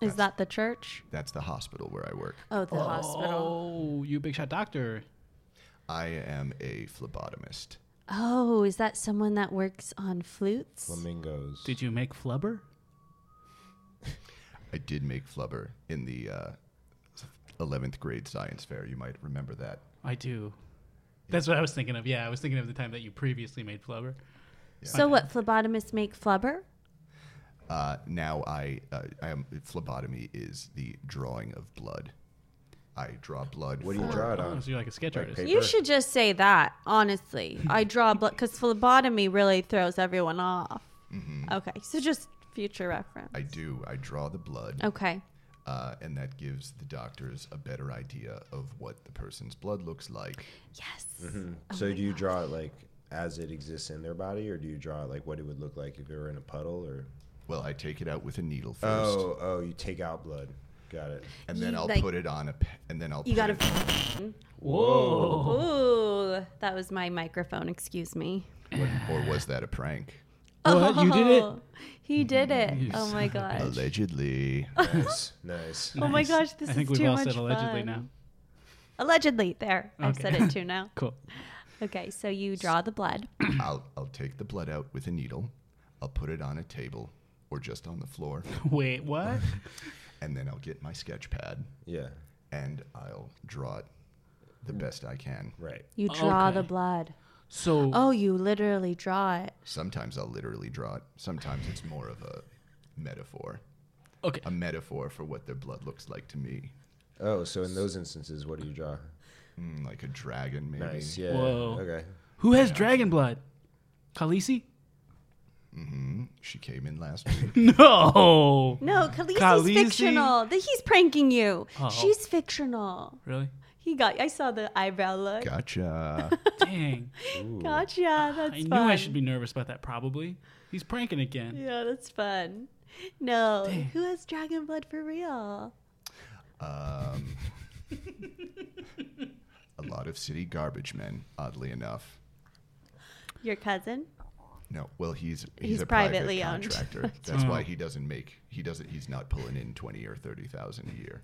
Is that the church?
That's the hospital where I work.
Oh, the hospital.
Oh, you big shot doctor.
I am a phlebotomist.
Oh, is that someone that works on flutes?
Flamingos.
Did you make flubber?
I did make flubber in the uh, 11th grade science fair. You might remember that.
I do. That's what I was thinking of. Yeah, I was thinking of the time that you previously made flubber.
So what? Phlebotomists make flubber.
Uh, now I, uh, I am phlebotomy is the drawing of blood. I draw blood.
What do you
for-
draw it
Oh,
on?
so you're like a sketch
Like
artist.
paper?
You should just say that honestly. I draw blood because phlebotomy really throws everyone off. Okay, so just future reference.
Mm-hmm. I do. I draw the blood,
okay.
uh, and that gives the doctors a better idea of what the person's blood looks like.
Yes.
so do you draw it like as it exists in their body, or do you draw it like what it would look like if it were in a puddle, or
Well, I take it out with a needle first,
oh oh you take out blood. Got it.
and then
You,
I'll
like-
put it on a, p- and then I'll.
You
put
gotta.
it-
Whoa.
Ooh, that was my microphone. Excuse me.
what- or was that a prank?
What? You did it? Mm-hmm.
Oh, He did it. oh my gosh.
Allegedly.
Nice, nice.
Oh my
Nice.
gosh, this
I think
is
we've
too
all
much
said allegedly
fun.
now.
Allegedly, there. I've
Okay.
said it too now.
Cool.
Okay, so you draw the blood.
I'll, I'll take the blood out with a needle. I'll put it on a table or just on the floor.
Wait, what?
And then I'll get my sketch pad
Yeah,
and I'll draw it the best I can.
right.
You draw the
Okay.
blood.
So
Oh, you literally draw it.
Sometimes I'll literally draw it. Sometimes it's more of a metaphor,
okay,
a metaphor for what their blood looks like to me.
Oh, so in those instances, what do you draw?
Mm, like a dragon, maybe.
Nice. Yeah.
Whoa.
Okay.
who has dragon blood? Khaleesi?
She came in last week.
No.
No, Khaleesi's
Khaleesi?
fictional. Th- He's pranking you.
Oh.
She's fictional.
Really?
He got. I saw the eyebrow look.
Gotcha.
Dang.
Gotcha. That's
Ah, I knew
fun.
I should be nervous about that. Probably. He's pranking again.
Yeah, that's fun. No, who has dragon blood for real?
Um, a lot of city garbage men, oddly enough.
Your cousin?
No, well, he's he's,
He's
a
privately
private
owned.
contractor. That's why he doesn't make he doesn't he's not pulling in twenty or thirty thousand a year.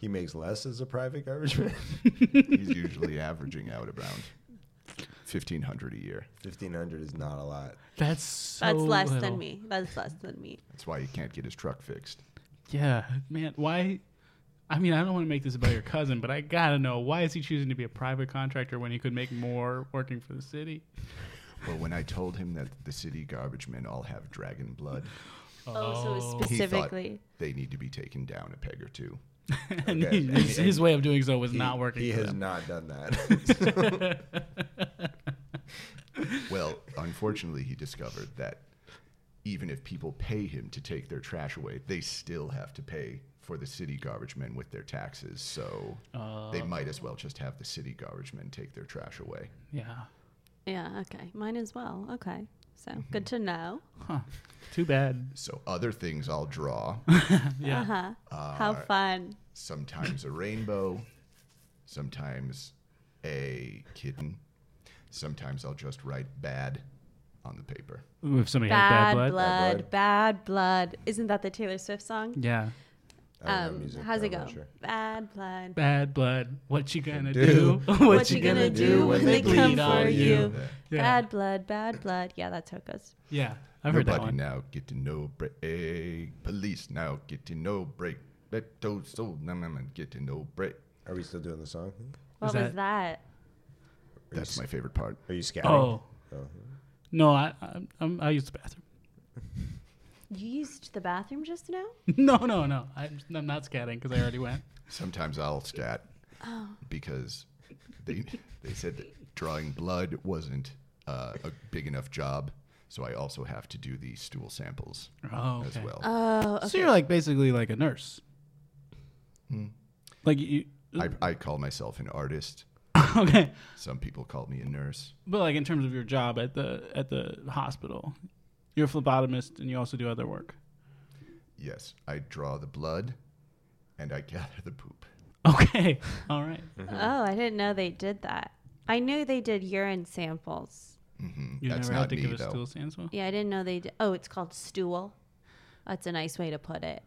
He makes less as a private garbage man.
he's usually averaging out around fifteen hundred a year.
Fifteen hundred is not a lot.
That's so
That's less
little.
than me. That's less than me.
That's why he can't get his truck fixed.
Yeah, man. Why? I mean, I don't want to make this about your cousin, but I gotta know why is he choosing to be a private contractor when he could make more working for the city?
Well, when I told him that the city garbage men all have dragon blood,
Oh, so it was
he thought
specifically.
they need to be taken down a peg or two.
and
Okay.
he- his, his way of doing so was not working.
He
for
has
them.
not done that.
Well, unfortunately, he discovered that even if people pay him to take their trash away, they still have to pay for the city garbage men with their taxes. So they might as well just have the city garbage men take their trash away.
Yeah.
Yeah, okay. Mine as well. Okay. So
Mm-hmm.
good to know.
Huh. Too bad.
So other things I'll draw
Yeah.
How fun.
sometimes a rainbow, sometimes a kitten, sometimes I'll just write bad on the paper.
Ooh, if somebody had
Bad,
bad blood.
blood,
Bad
bad
blood.
blood, Isn't that the Taylor Swift song?
Yeah.
I don't know music,
Um, how's it
so I'm
go?
not sure.
Bad blood.
Bad blood. What you gonna do?
Do.
What,
What you gonna do when they come for you?
Yeah.
Bad blood, bad blood. Yeah, that's how it goes.
Yeah. I've heard that
Nobody
one.
now get to know break. Police now get to know break. Let those sold get to know break.
Are we still doing the song?
What
that-
was that?
That's my favorite part.
Are you scatting?
Oh.
Oh.
No, I, I, I'm, I use the bathroom.
You used the bathroom just now?
No, no, no. I'm, I'm not scatting because I already went.
Sometimes I'll scat because they they said that drawing blood wasn't uh, a big enough job, so I also have to do the stool samples
Oh,
as
okay.
well.
So you're like basically like a nurse. Like you.
I, I call myself an artist.
okay,
Some people call me a nurse.
but like in terms of your job at the at the hospital, you're a phlebotomist and you also do other work.
Yes, I draw the blood, and I gather the poop.
Okay. All right.
Oh, I didn't know they did that. I knew they did urine samples.
You
That's
never had
not
to
me,
give a
though.
stool sample.
Yeah, I didn't know they did. Oh, it's called stool. That's a nice way to put it.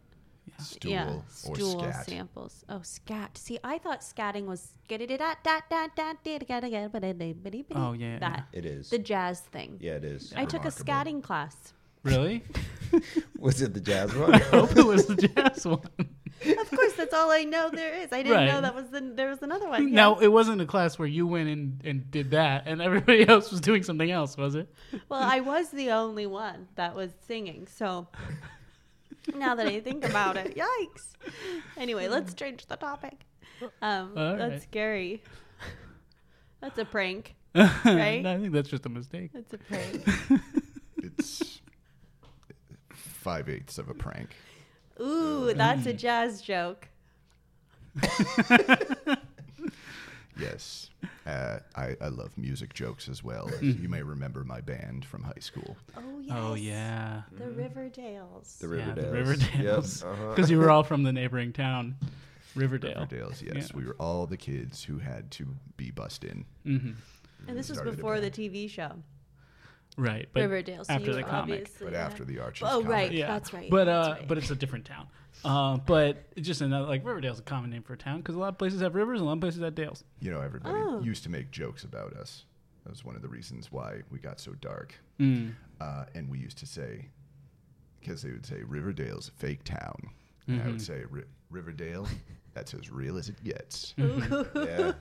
Stool
yeah,
or
stool
scat.
samples. Oh, scat. See, I thought scatting was oh
Oh, yeah, yeah.
that
It is.
the jazz thing.
yeah, it is.
I took a
Remarkable.
scatting class.
Really?
Was it the jazz one?
Hope it was the jazz one.
Of course, that's all I know there is. I didn't
Right.
know that was the, there was another one. Yeah.
Now it wasn't a class where you went and, and did that, and everybody else was doing something else, was it?
Well, I was the only one that was singing, so now that I think about it, yikes. Anyway, let's change the topic. Um,
All
that's
right.
scary. That's a prank.
Right.
Right?
I think that's just a mistake.
That's a prank.
It's five eighths of a prank.
Ooh, that's a jazz joke.
Yes. Uh, I, I love music jokes as well. you may remember my band from high school.
Oh yes.
Oh yeah.
The
Mm-hmm.
Riverdales.
The
Yeah, the
Riverdales.
Riverdales.
Yep. Uh-huh.
Because you were all from the neighboring town, Riverdale.
Riverdale's, yes.
Yeah.
We were all the kids who had to be bussed in.
and this was
started a
before the
band.
TV show.
Right. But
Riverdale. So
after
you
the comic.
obviously
But
know.
after the Archie's
Oh,
comic,
right.
Yeah.
That's right,
But
that's
uh,
right.
but it's a different town. Uh, but it's just another like Riverdale's a common name for a town because a lot of places have rivers and a lot of places have dales.
you know, everybody
Oh.
used to make jokes about us. That was one of the reasons why we got so dark. Uh, and we used to say, because they would say, Riverdale's a fake town. And
Mm-hmm.
I would say, "Ri- Riverdale, that's as real as it gets.
Mm-hmm.
Yeah.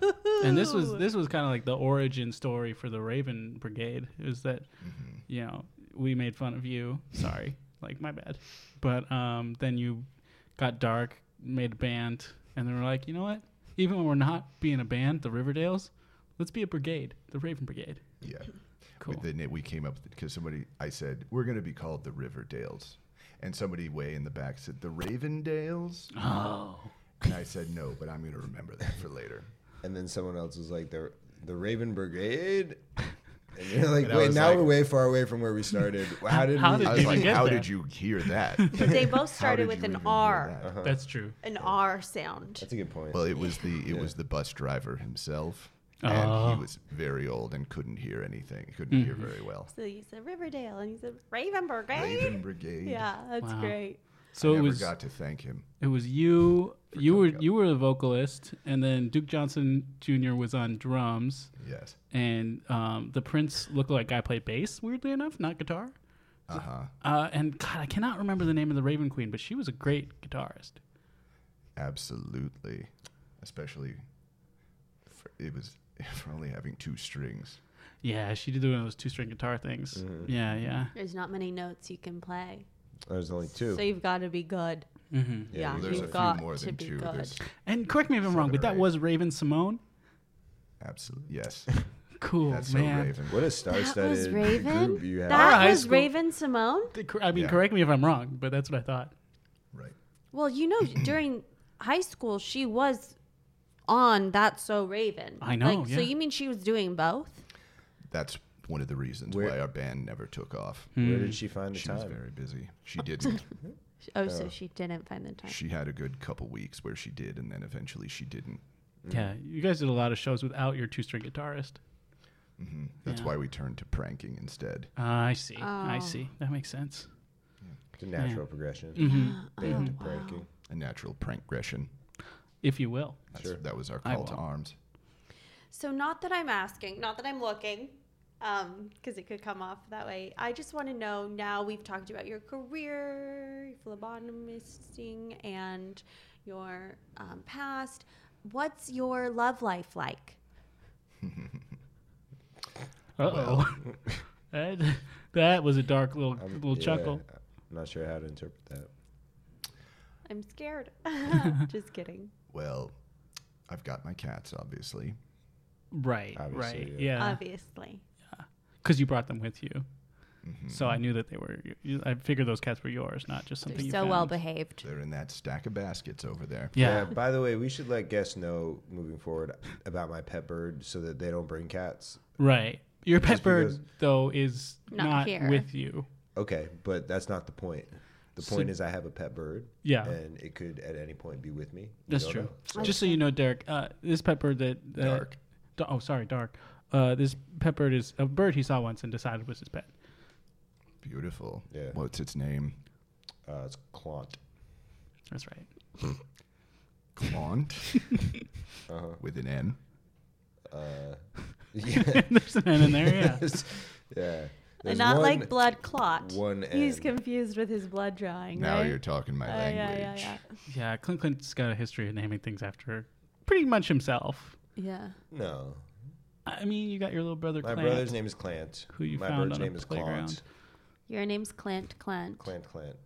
And this was this was kind of like the origin story for the Raven Brigade is that
Mm-hmm.
you know we made fun of you. Sorry, like my bad. But um, then you got dark, made a band, and then we're like, you know what? Even when we're not being a band, the Riverdales, let's be a brigade, the Raven Brigade.
Yeah.
Cool.
With the name we came up with because somebody, I said, we're going to be called the Riverdales. And somebody way in the back said, the Ravendales?
Uh-huh.
Oh,
And I said, no, but I'm going to remember that for later.
And then someone else was like the the Raven Brigade. And you're like,
And I
wait,
was
now
like-
we're way far away from where we started. How did
How
we?
did Did
I was
you
like,
get
how
that?
did you hear that?
They both
How
started
did
with
you
an
even hear
R. Uh-huh.
that?
that's true.
An R sound.
That's a good point.
Well, it was the it was the bus driver himself, and
Oh.
Ah.
he was very old and couldn't hear anything. Couldn't
Mm-hmm.
hear very well.
So you said Riverdale and you said Raven Brigade.
Raven Brigade.
Yeah, that's
Wow.
great.
So
I
it
never
was
got to thank him.
it was you you were
Coco.
you were the vocalist, and then Duke Johnson Jr. was on drums.
Yes.
and um, the Prince lookalike guy played bass. Weirdly enough, not guitar. Uh-huh. And God, I cannot remember the name of the Raven Queen, but she was a great guitarist.
Absolutely. Especially, for, it was for only having two strings.
Yeah, she did one of those two string guitar things.
Mm-hmm.
Yeah, yeah.
There's not many notes you can play.
There's only two.
So you've got to be good. Mm-hmm. Yeah,
Well, there's
you've
a few
got
more
to
than
be
two.
good.
There's
And correct me if I'm wrong, but that
Right.
was Raven Simone.
absolutely yes.
Cool
That's so
Oh, man.
Raven.
What a star-studded
was Raven?
group you had.
Our high
That was
school-
Raven Simone.
The cor- I mean,
Yeah.
correct me if I'm wrong, but that's what I thought.
Right.
Well, you know, during high school, she was on That's So Raven.
I know,
Like,
yeah.
So you mean she was doing both?
That's one of the reasons
Where-
why our band never took off.
Hmm.
Where
Mm.
did she find the
She was
time?
very busy. She didn't.
Oh,
Uh,
so she didn't find the time.
she had a good couple weeks where she did, and then eventually she didn't. Mm-hmm.
Yeah, you guys did a lot of shows without your two string guitarist.
That's
Yeah.
why we turned to pranking instead.
Uh, I see. I
Oh.
see. That makes sense. Mm-hmm.
It's a natural progression.
Oh,
Band to breaking.
A natural prank aggression.
If you will.
That's, That was our
I
call to
will.
arms.
So not that I'm asking, not that I'm looking, because it could come off that way. I just want to know. Now we've talked about your career, phlebotomisting, and your um, past. What's your love life like?
Uh oh. that, that was a dark little
I'm-
little
yeah,
chuckle.
I'm not sure how to interpret that.
I'm scared. just kidding.
Well, I've got my cats, obviously.
Right,
Obviously,
right,
yeah.
yeah,
Obviously.
because you brought them with you,
Mm-hmm.
so I knew that they were. You, I figured those cats were yours, not just something.
They're
you
so well
found.
behaved.
They're in that stack of baskets over there.
Yeah,
By the way, we should let guests know moving forward about my pet bird so that they don't bring cats.
right. Your pet
Just
bird
because-
though is
Not
not,
here.
with you.
Okay, but that's not the point. The point is, I have a pet bird.
Yeah.
And it could at any point be with me. You
That's
don't
true.
know. So
Just so you know, Derek, uh, this pet bird that uh,
Dark.
da- oh, sorry, dark. Uh, this pet bird is a bird he saw once and decided was his pet.
Beautiful.
Yeah.
What's its name?
uh, it's clont.
That's right.
Clont
Uh-huh.
with an N.
Uh, yeah.
There's an N in there. Yeah.
yeah.
And
There's
not
one-
like blood clot.
One
He's
N.
confused with his blood drawing.
Now
right?
you're talking my
Oh,
language.
yeah, yeah, yeah,
yeah. Clint Clint's got a history of naming things after pretty much himself.
yeah.
No.
I mean, you got your little brother.
My
Clint.
brother's name is Clant.
Who you
My
found
bird's
on a
name is
playground.
Clont.
Your name's Clint. Clint.
Clant Clant.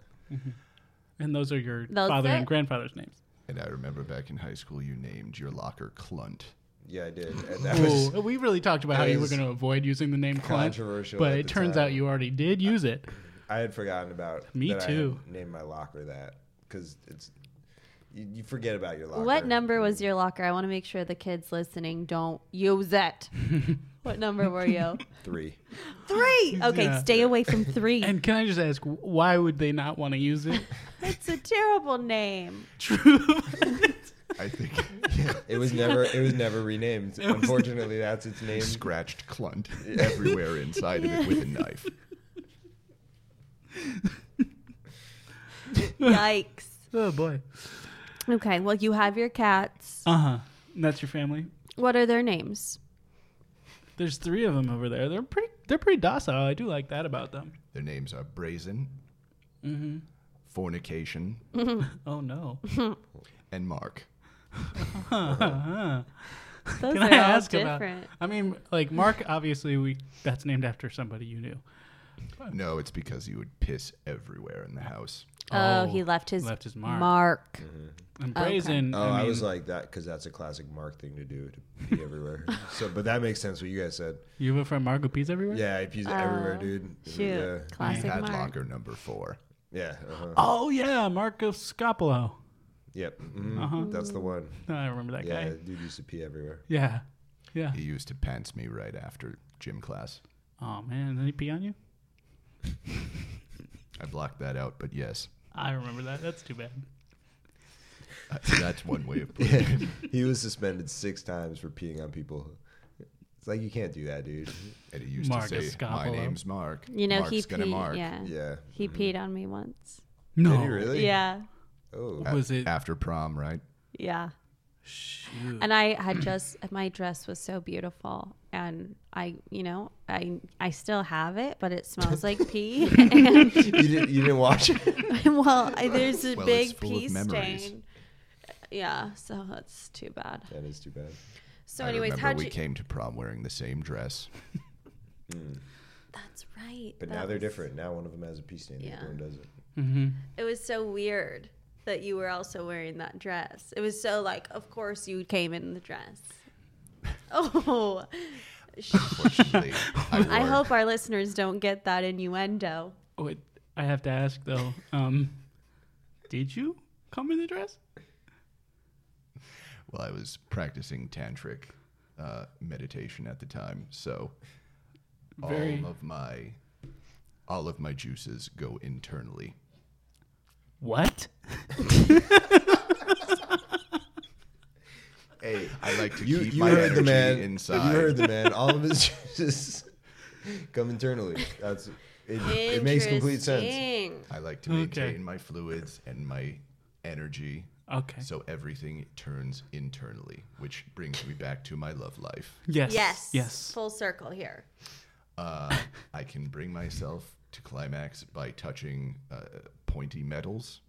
and those are your
Those
father
are-
and grandfather's names.
And I remember back in high school, you named your locker Clunt.
Yeah, I did. And that was
Ooh, we really talked about how you were
is
going to avoid using the name Clint,
controversial
but
at
it
the
turns
time.
out you already did use it.
I had forgotten about.
Me
that I had
too.
named my locker that because it's you, you forget about your locker.
What number was your locker? I want to make sure the kids listening don't use it. what number were you?
Three.
Three. Okay,
Yeah.
stay away from three.
And can I just ask, why would they not want to use it?
That's a terrible name.
True.
I think
It was never. It was never renamed. Unfortunately, that's its name.
scratched Clunt everywhere inside of it with a knife.
Yikes.
oh boy.
Okay, well, you have your cats.
Uh huh. That's your family.
What are their names?
There's three of them over there. They're pretty. They're pretty docile. I do like that about them.
Their names are Brazen,
Mm-hmm.
Fornication,
Oh no.
and Mark.
Those
Can
are
I
all
ask
different.
about? I mean, like Mark. Obviously, we that's named after somebody you knew.
No, it's because he would piss everywhere in the house.
Oh,
Oh,
he left his
left his mark.
mark.
And brazen.
Oh,
I,
I,
mean,
was like that because that's a classic Mark thing to do to pee everywhere. So, but that makes sense what you guys said.
you have a friend Mark who pees everywhere.
Yeah, he pees everywhere, dude.
Oh, Shoot, classic
Had
mark.
locker number four.
Yeah. Yeah. uh-huh.
Oh yeah, Mark of Scopolo.
Yep. mhm.
Uh-huh.
That's the one.
I remember that guy.
Yeah, dude used to pee everywhere.
Yeah. Yeah.
He used to pants me right after gym class.
Oh man, did he pee on you?
I blocked that out, but yes,
I remember that. That's too bad.
I- Uh, that's one way of putting it.
He was suspended six times for peeing on people. It's like you can't do that, dude.
And he used
Mark
to say, "My
Escapolo.
name's Mark.
You know,
Mark's
he
gonna
peed.
mark." Mm-hmm.
Yeah.
Yeah.
He peed on me once.
No.
Did he really?
Yeah.
Oh.
Was it?
after prom, right?
Yeah.
Shoot.
And I had just my dress was so beautiful and I, you know, I I still have it, but it smells like pee. and
you, didn't, you didn't watch it?
well, I, there's a
Well, it's
big
full of
pee
memories.
stain. Yeah, so that's too bad.
That is too bad.
So
I
anyways,
remember
how'd
we
you
came to prom wearing the same dress.
That's right.
But
that
now they're
was-
different. Now one of them has a pee stain. The
Yeah.
other one doesn't.
It was so weird that you were also wearing that dress. It was so like, of course you came in the dress. Oh, sh-
Unfortunately, I, wore,
I hope our listeners don't get that innuendo.
Wait, I have to ask though. Um, did you come in the dress?
Well, I was practicing tantric uh, meditation at the time, so
Very-
all of my all of my juices go internally.
What?
Hey,
I like to
you,
keep
you
my
heard the
energy
man.
inside.
You heard the man. All of his juices come internally. That's it, it makes complete sense.
Interesting.
I like to
Okay.
maintain my fluids and my energy.
Okay.
So everything turns internally, which brings me back to my love life.
yes.
Yes.
Yes.
Full circle here.
Uh, I can bring myself to climax by touching uh, pointy metals.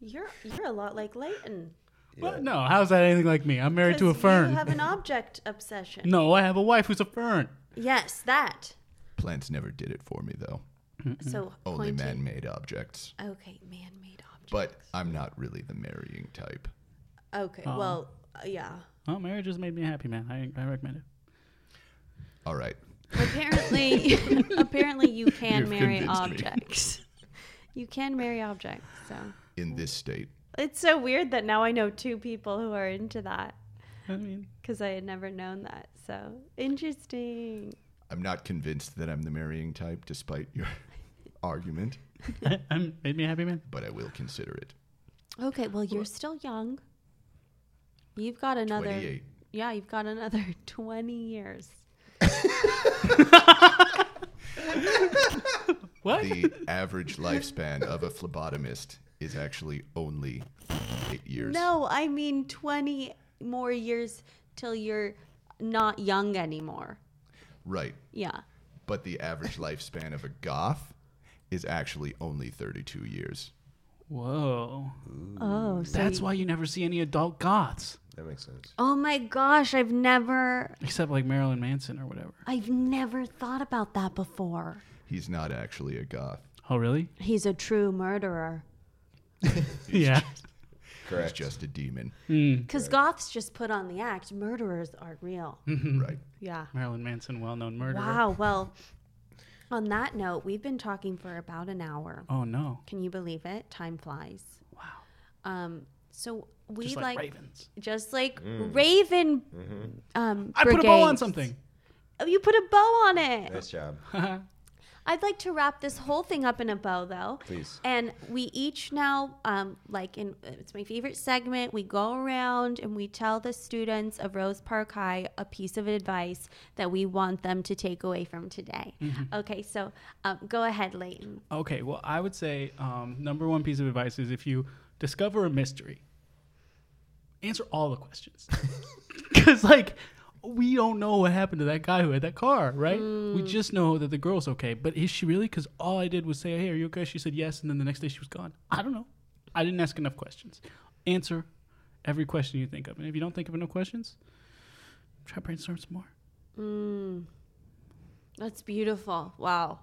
You're you're a lot like Leighton.
What? No. How's that anything like me? I'm married to a
'Cause
fern.
You have an object obsession.
no, I have a wife who's a fern.
Yes, that.
Plants never did it for me, though.
So
Only
pointy-
man made objects.
Okay, man-made object.
But I'm not really the marrying type.
Okay. Well, uh, yeah.
Well, marriage has made me a happy man. I, I recommend it.
All right.
Apparently, apparently you can
You've
marry
convinced me.
objects. You can marry objects. So
In this state,
it's so weird that now I know two people who are into that
I mean,
because I had never known that. So interesting.
I'm not convinced that I'm the marrying type, despite your argument,
I'm made me a happy man.
but I will consider it.
Okay, well you're still young. You've got another
28.
Yeah, you've got another 20 years.
What?
The average lifespan of a phlebotomist is actually only eight years.
No, I mean 20 more years till you're not young anymore.
Right.
Yeah.
But the average lifespan of a goth is actually only 32 years.
Whoa.
Oh, so
That's
you-
why you never see any adult goths
That makes sense.
Oh my gosh, I've never
except like Marilyn Manson or whatever.
I've never thought about that before.
He's not actually a goth.
Oh, really?
He's a true murderer.
Yeah.
He's
Correct.
just a demon.
Because goths just put on the act. Murderers are real.
right.
Yeah.
Marilyn Manson, well-known murderer.
Wow. Well, on that note, we've been talking for about an hour.
Oh no.
Can you believe it? Time flies.
Wow.
Um, so we
Just like,
like,
ravens.
just like Raven. Um,
I put a bow on
brigades.
something.
Oh, you put a bow on it.
nice job.
I'd like to wrap this whole thing up in a bow, though.
Please.
And we each now, um, like in it's my favorite segment. We go around and we tell the students of Rose Park High a piece of advice that we want them to take away from today.
Mm-hmm.
Okay, so um, go ahead, Leighton.
Okay, well, I would say um, number one piece of advice is if you discover a mystery, answer all the questions. Because, like, we don't know what happened to that guy who had that car, right? We just know that the girl's okay. But is she really? Because all I did was say, hey, are you okay? She said yes. And then the next day she was gone. I don't know. I didn't ask enough questions. Answer every question you think of. And if you don't think of enough questions, try brainstorm some more.
Mm. That's beautiful. Wow.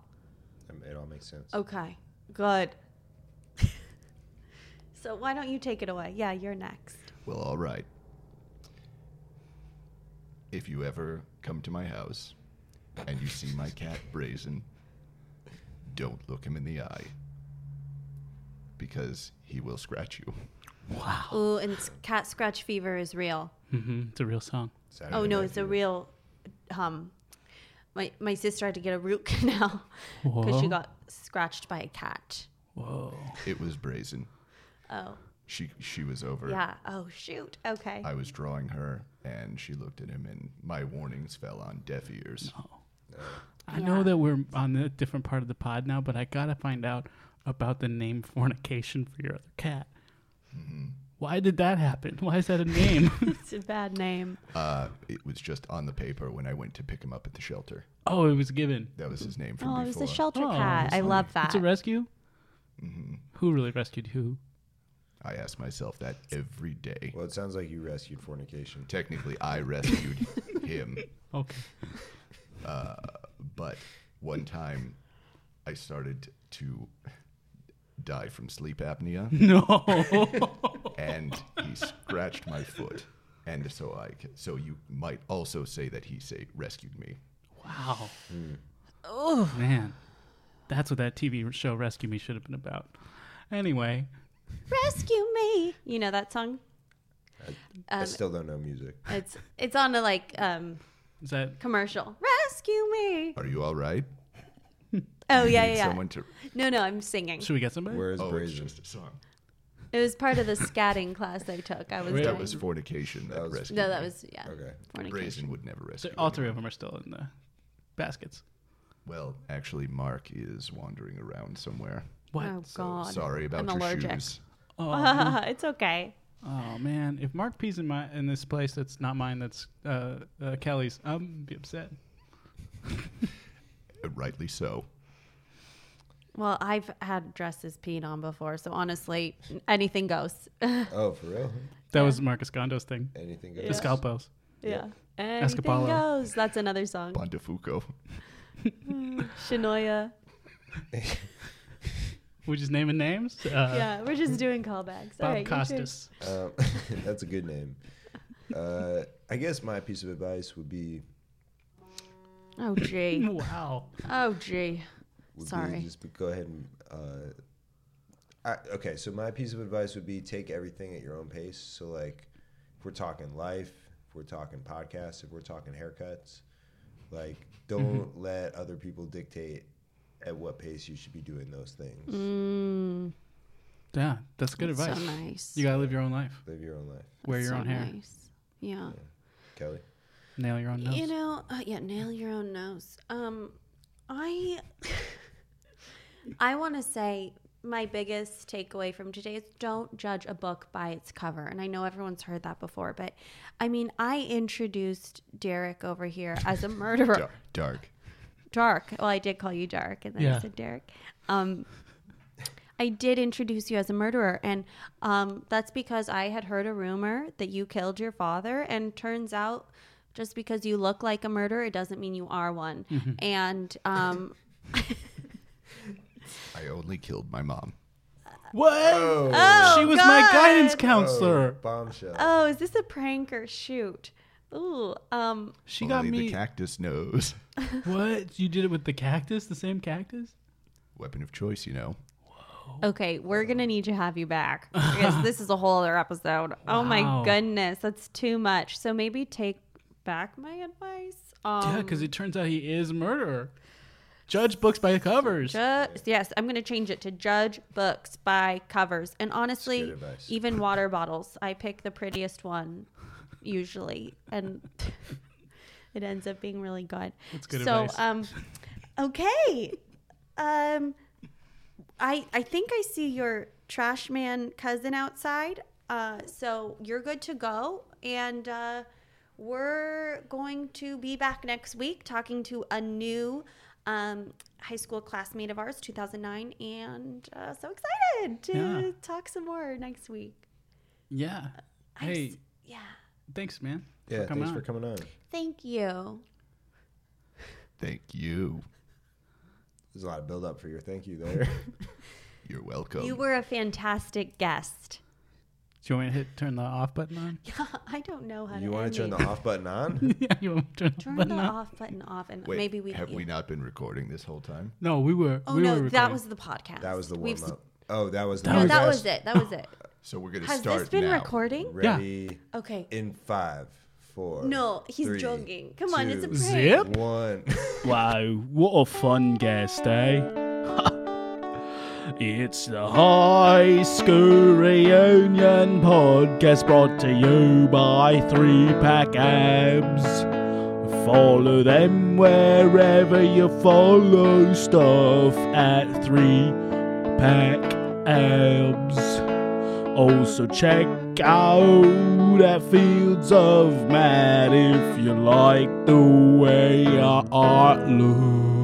Um, It all makes sense.
Okay. Good. so why don't you take it away? Yeah, you're next.
Well, all right. If you ever come to my house and you see my cat brazen, don't look him in the eye because he will scratch you.
Ooh, and s- cat scratch fever is real.
hmm It's a real song.
Saturday
Oh no,
night
it's a
fever.
real. Um, my my sister had to get a root canal because she
Whoa.
got scratched by a cat.
Whoa.
It was brazen.
Oh
She she was over.
yeah. Oh shoot. Okay.
I was drawing her and she looked at him and my warnings fell on deaf ears.
I know that we're on a different part of the pod now, but I gotta find out about the name fornication for your other cat. Why did that happen? Why is that a name?
it's a bad name.
Uh, it was just on the paper when I went to pick him up at the shelter.
oh, it was given.
That was his name from
Oh, it was
before.
a shelter
Oh,
cat. I love that.
It's a rescue. Who really rescued who?
I ask myself that every day.
Well, it sounds like you rescued fornication.
Technically, I rescued him. Uh,
Okay.
but one time I started to die from sleep apnea
No.
and he scratched my foot. And so I c- so you might also say that he say rescued me.
wow. Oh man, that's what that TV show Rescue Me should have been about. Anyway,
Rescue me. You know that song?
I still don't know music.
It's it's on a like um
is that
commercial. Rescue me.
Are you all right?
Oh yeah yeah.
Need
yeah.
someone to
No no, I'm singing.
should we get somebody?
Where is
Oh, it's
brazen?
just a song.
It was part of the scatting class I took. I was.
Wait,
That
doing-
was fornication. That,
That was-
rescued.
no, that was yeah.
Okay.
Brazen
Fornication.
would never rescue.
All
anyone.
three of them are still in the baskets.
Well, actually, Mark is wandering around somewhere.
What?
Oh God.
Sorry about
I'm
your
allergic.
shoes.
it's okay.
Oh man, if Mark pees in my in this place that's not mine, that's uh, uh, Kelly's, I'm be upset.
Uh, Rightly so.
Well, I've had dresses peed on before, so honestly, anything goes. yeah.
Oh, for real?
That was Marcus Gondo's thing.
Anything goes.
The scalpos.
Anything
Escapalo.
goes. That's another song.
Bondafuco.
Shania.
We're just naming names. Uh,
yeah, we're just doing callbacks.
Bob
Alright, you choose.
Costas.
Um, that's a good name. Uh, I guess my piece of advice would be
Oh gee.
Wow.
Oh gee.
would
Sorry.
be just be- go ahead and. Uh, I, okay, so my piece of advice would be take everything at your own pace. So, like, if we're talking life, if we're talking
Mm-hmm.
podcasts, if we're talking haircuts, like, don't let other people dictate at what pace you should be doing those things.
Mm.
Yeah, that's good advice.
So nice.
You gotta live your own life.
Live your own life,
Wear
That's
your
so
own hair.
nice. Yeah.
Kelly.
Nail your own nose.
You know, uh, yeah, nail your own nose. Um, I
I want to say my biggest takeaway from today is don't judge a book by its cover. And I know everyone's heard that before, but I mean, I introduced Derek over here as a murderer.
Dark. dark.
Dark. Well, I did call you Dark, and then
Yeah.
I said Derek. Um, I did introduce you as a murderer, and um, that's because I had heard a rumor that you killed your father, and turns out. Just because you look like a murderer, it doesn't mean you are one.
Mm-hmm.
And um,
I only killed my mom.
What?
Oh,
she was my guidance counselor.
Bombshell.
Oh, is this a prank or shoot? Ooh, um,
She
only
got me.
the cactus nose.
what? You did it with the cactus? The same cactus?
Weapon of choice, you know.
okay, we're gonna need to have you back because this is a whole other episode. Oh
Wow.
my goodness, that's too much. So maybe take back my advice. Um,
yeah, because it turns out he is a murderer. Judge books by the covers.
ju- yes, I'm gonna change it to judge books by covers. And
good
honestly,
advice.
even water bottles, I pick the prettiest one usually, and it ends up being really good.
That's good
so,
advice.
um, okay. Um, I I think I see your trash man cousin outside. Uh, so you're good to go, and uh, we're going to be back next week talking to a new um, high school classmate of ours, 2009, and uh, so excited to
Yeah.
talk some more next week.
yeah.
I'm s-
Hey,
yeah.
thanks, man.
yeah,
coming
thanks
on.
for coming on. It
Thank you.
Thank you.
was a lot of build up for your thank you there.
You're welcome.
You were a fantastic guest.
Do you want me to hit turn the off button on?
I don't know how
you
to
want
end
to turn the
these.
off button on?
yeah, you want me to turn the
turn
button
the
on?
off button off, and
Wait,
maybe we
have
yeah.
we not been recording this whole time?
No, we were.
Oh
we
no,
were
that
recording.
was the podcast.
That was the
We've s-
warm up. Oh, that was the
No,
podcast.
that was it. That was it.
So we're gonna
Has
start
this been
now.
recording?
Yeah.
Ready
Okay.
in five, four.
No, he's
three,
joking. Come on, it's a
two,
prank.
Zip.
One.
Wow, what a fun guest, eh? it's the High School Reunion podcast brought to you by Three Pack Abs. Follow them wherever you follow stuff at Three Pack Abs. Also, check out at Fields of Mad if you like the way I look.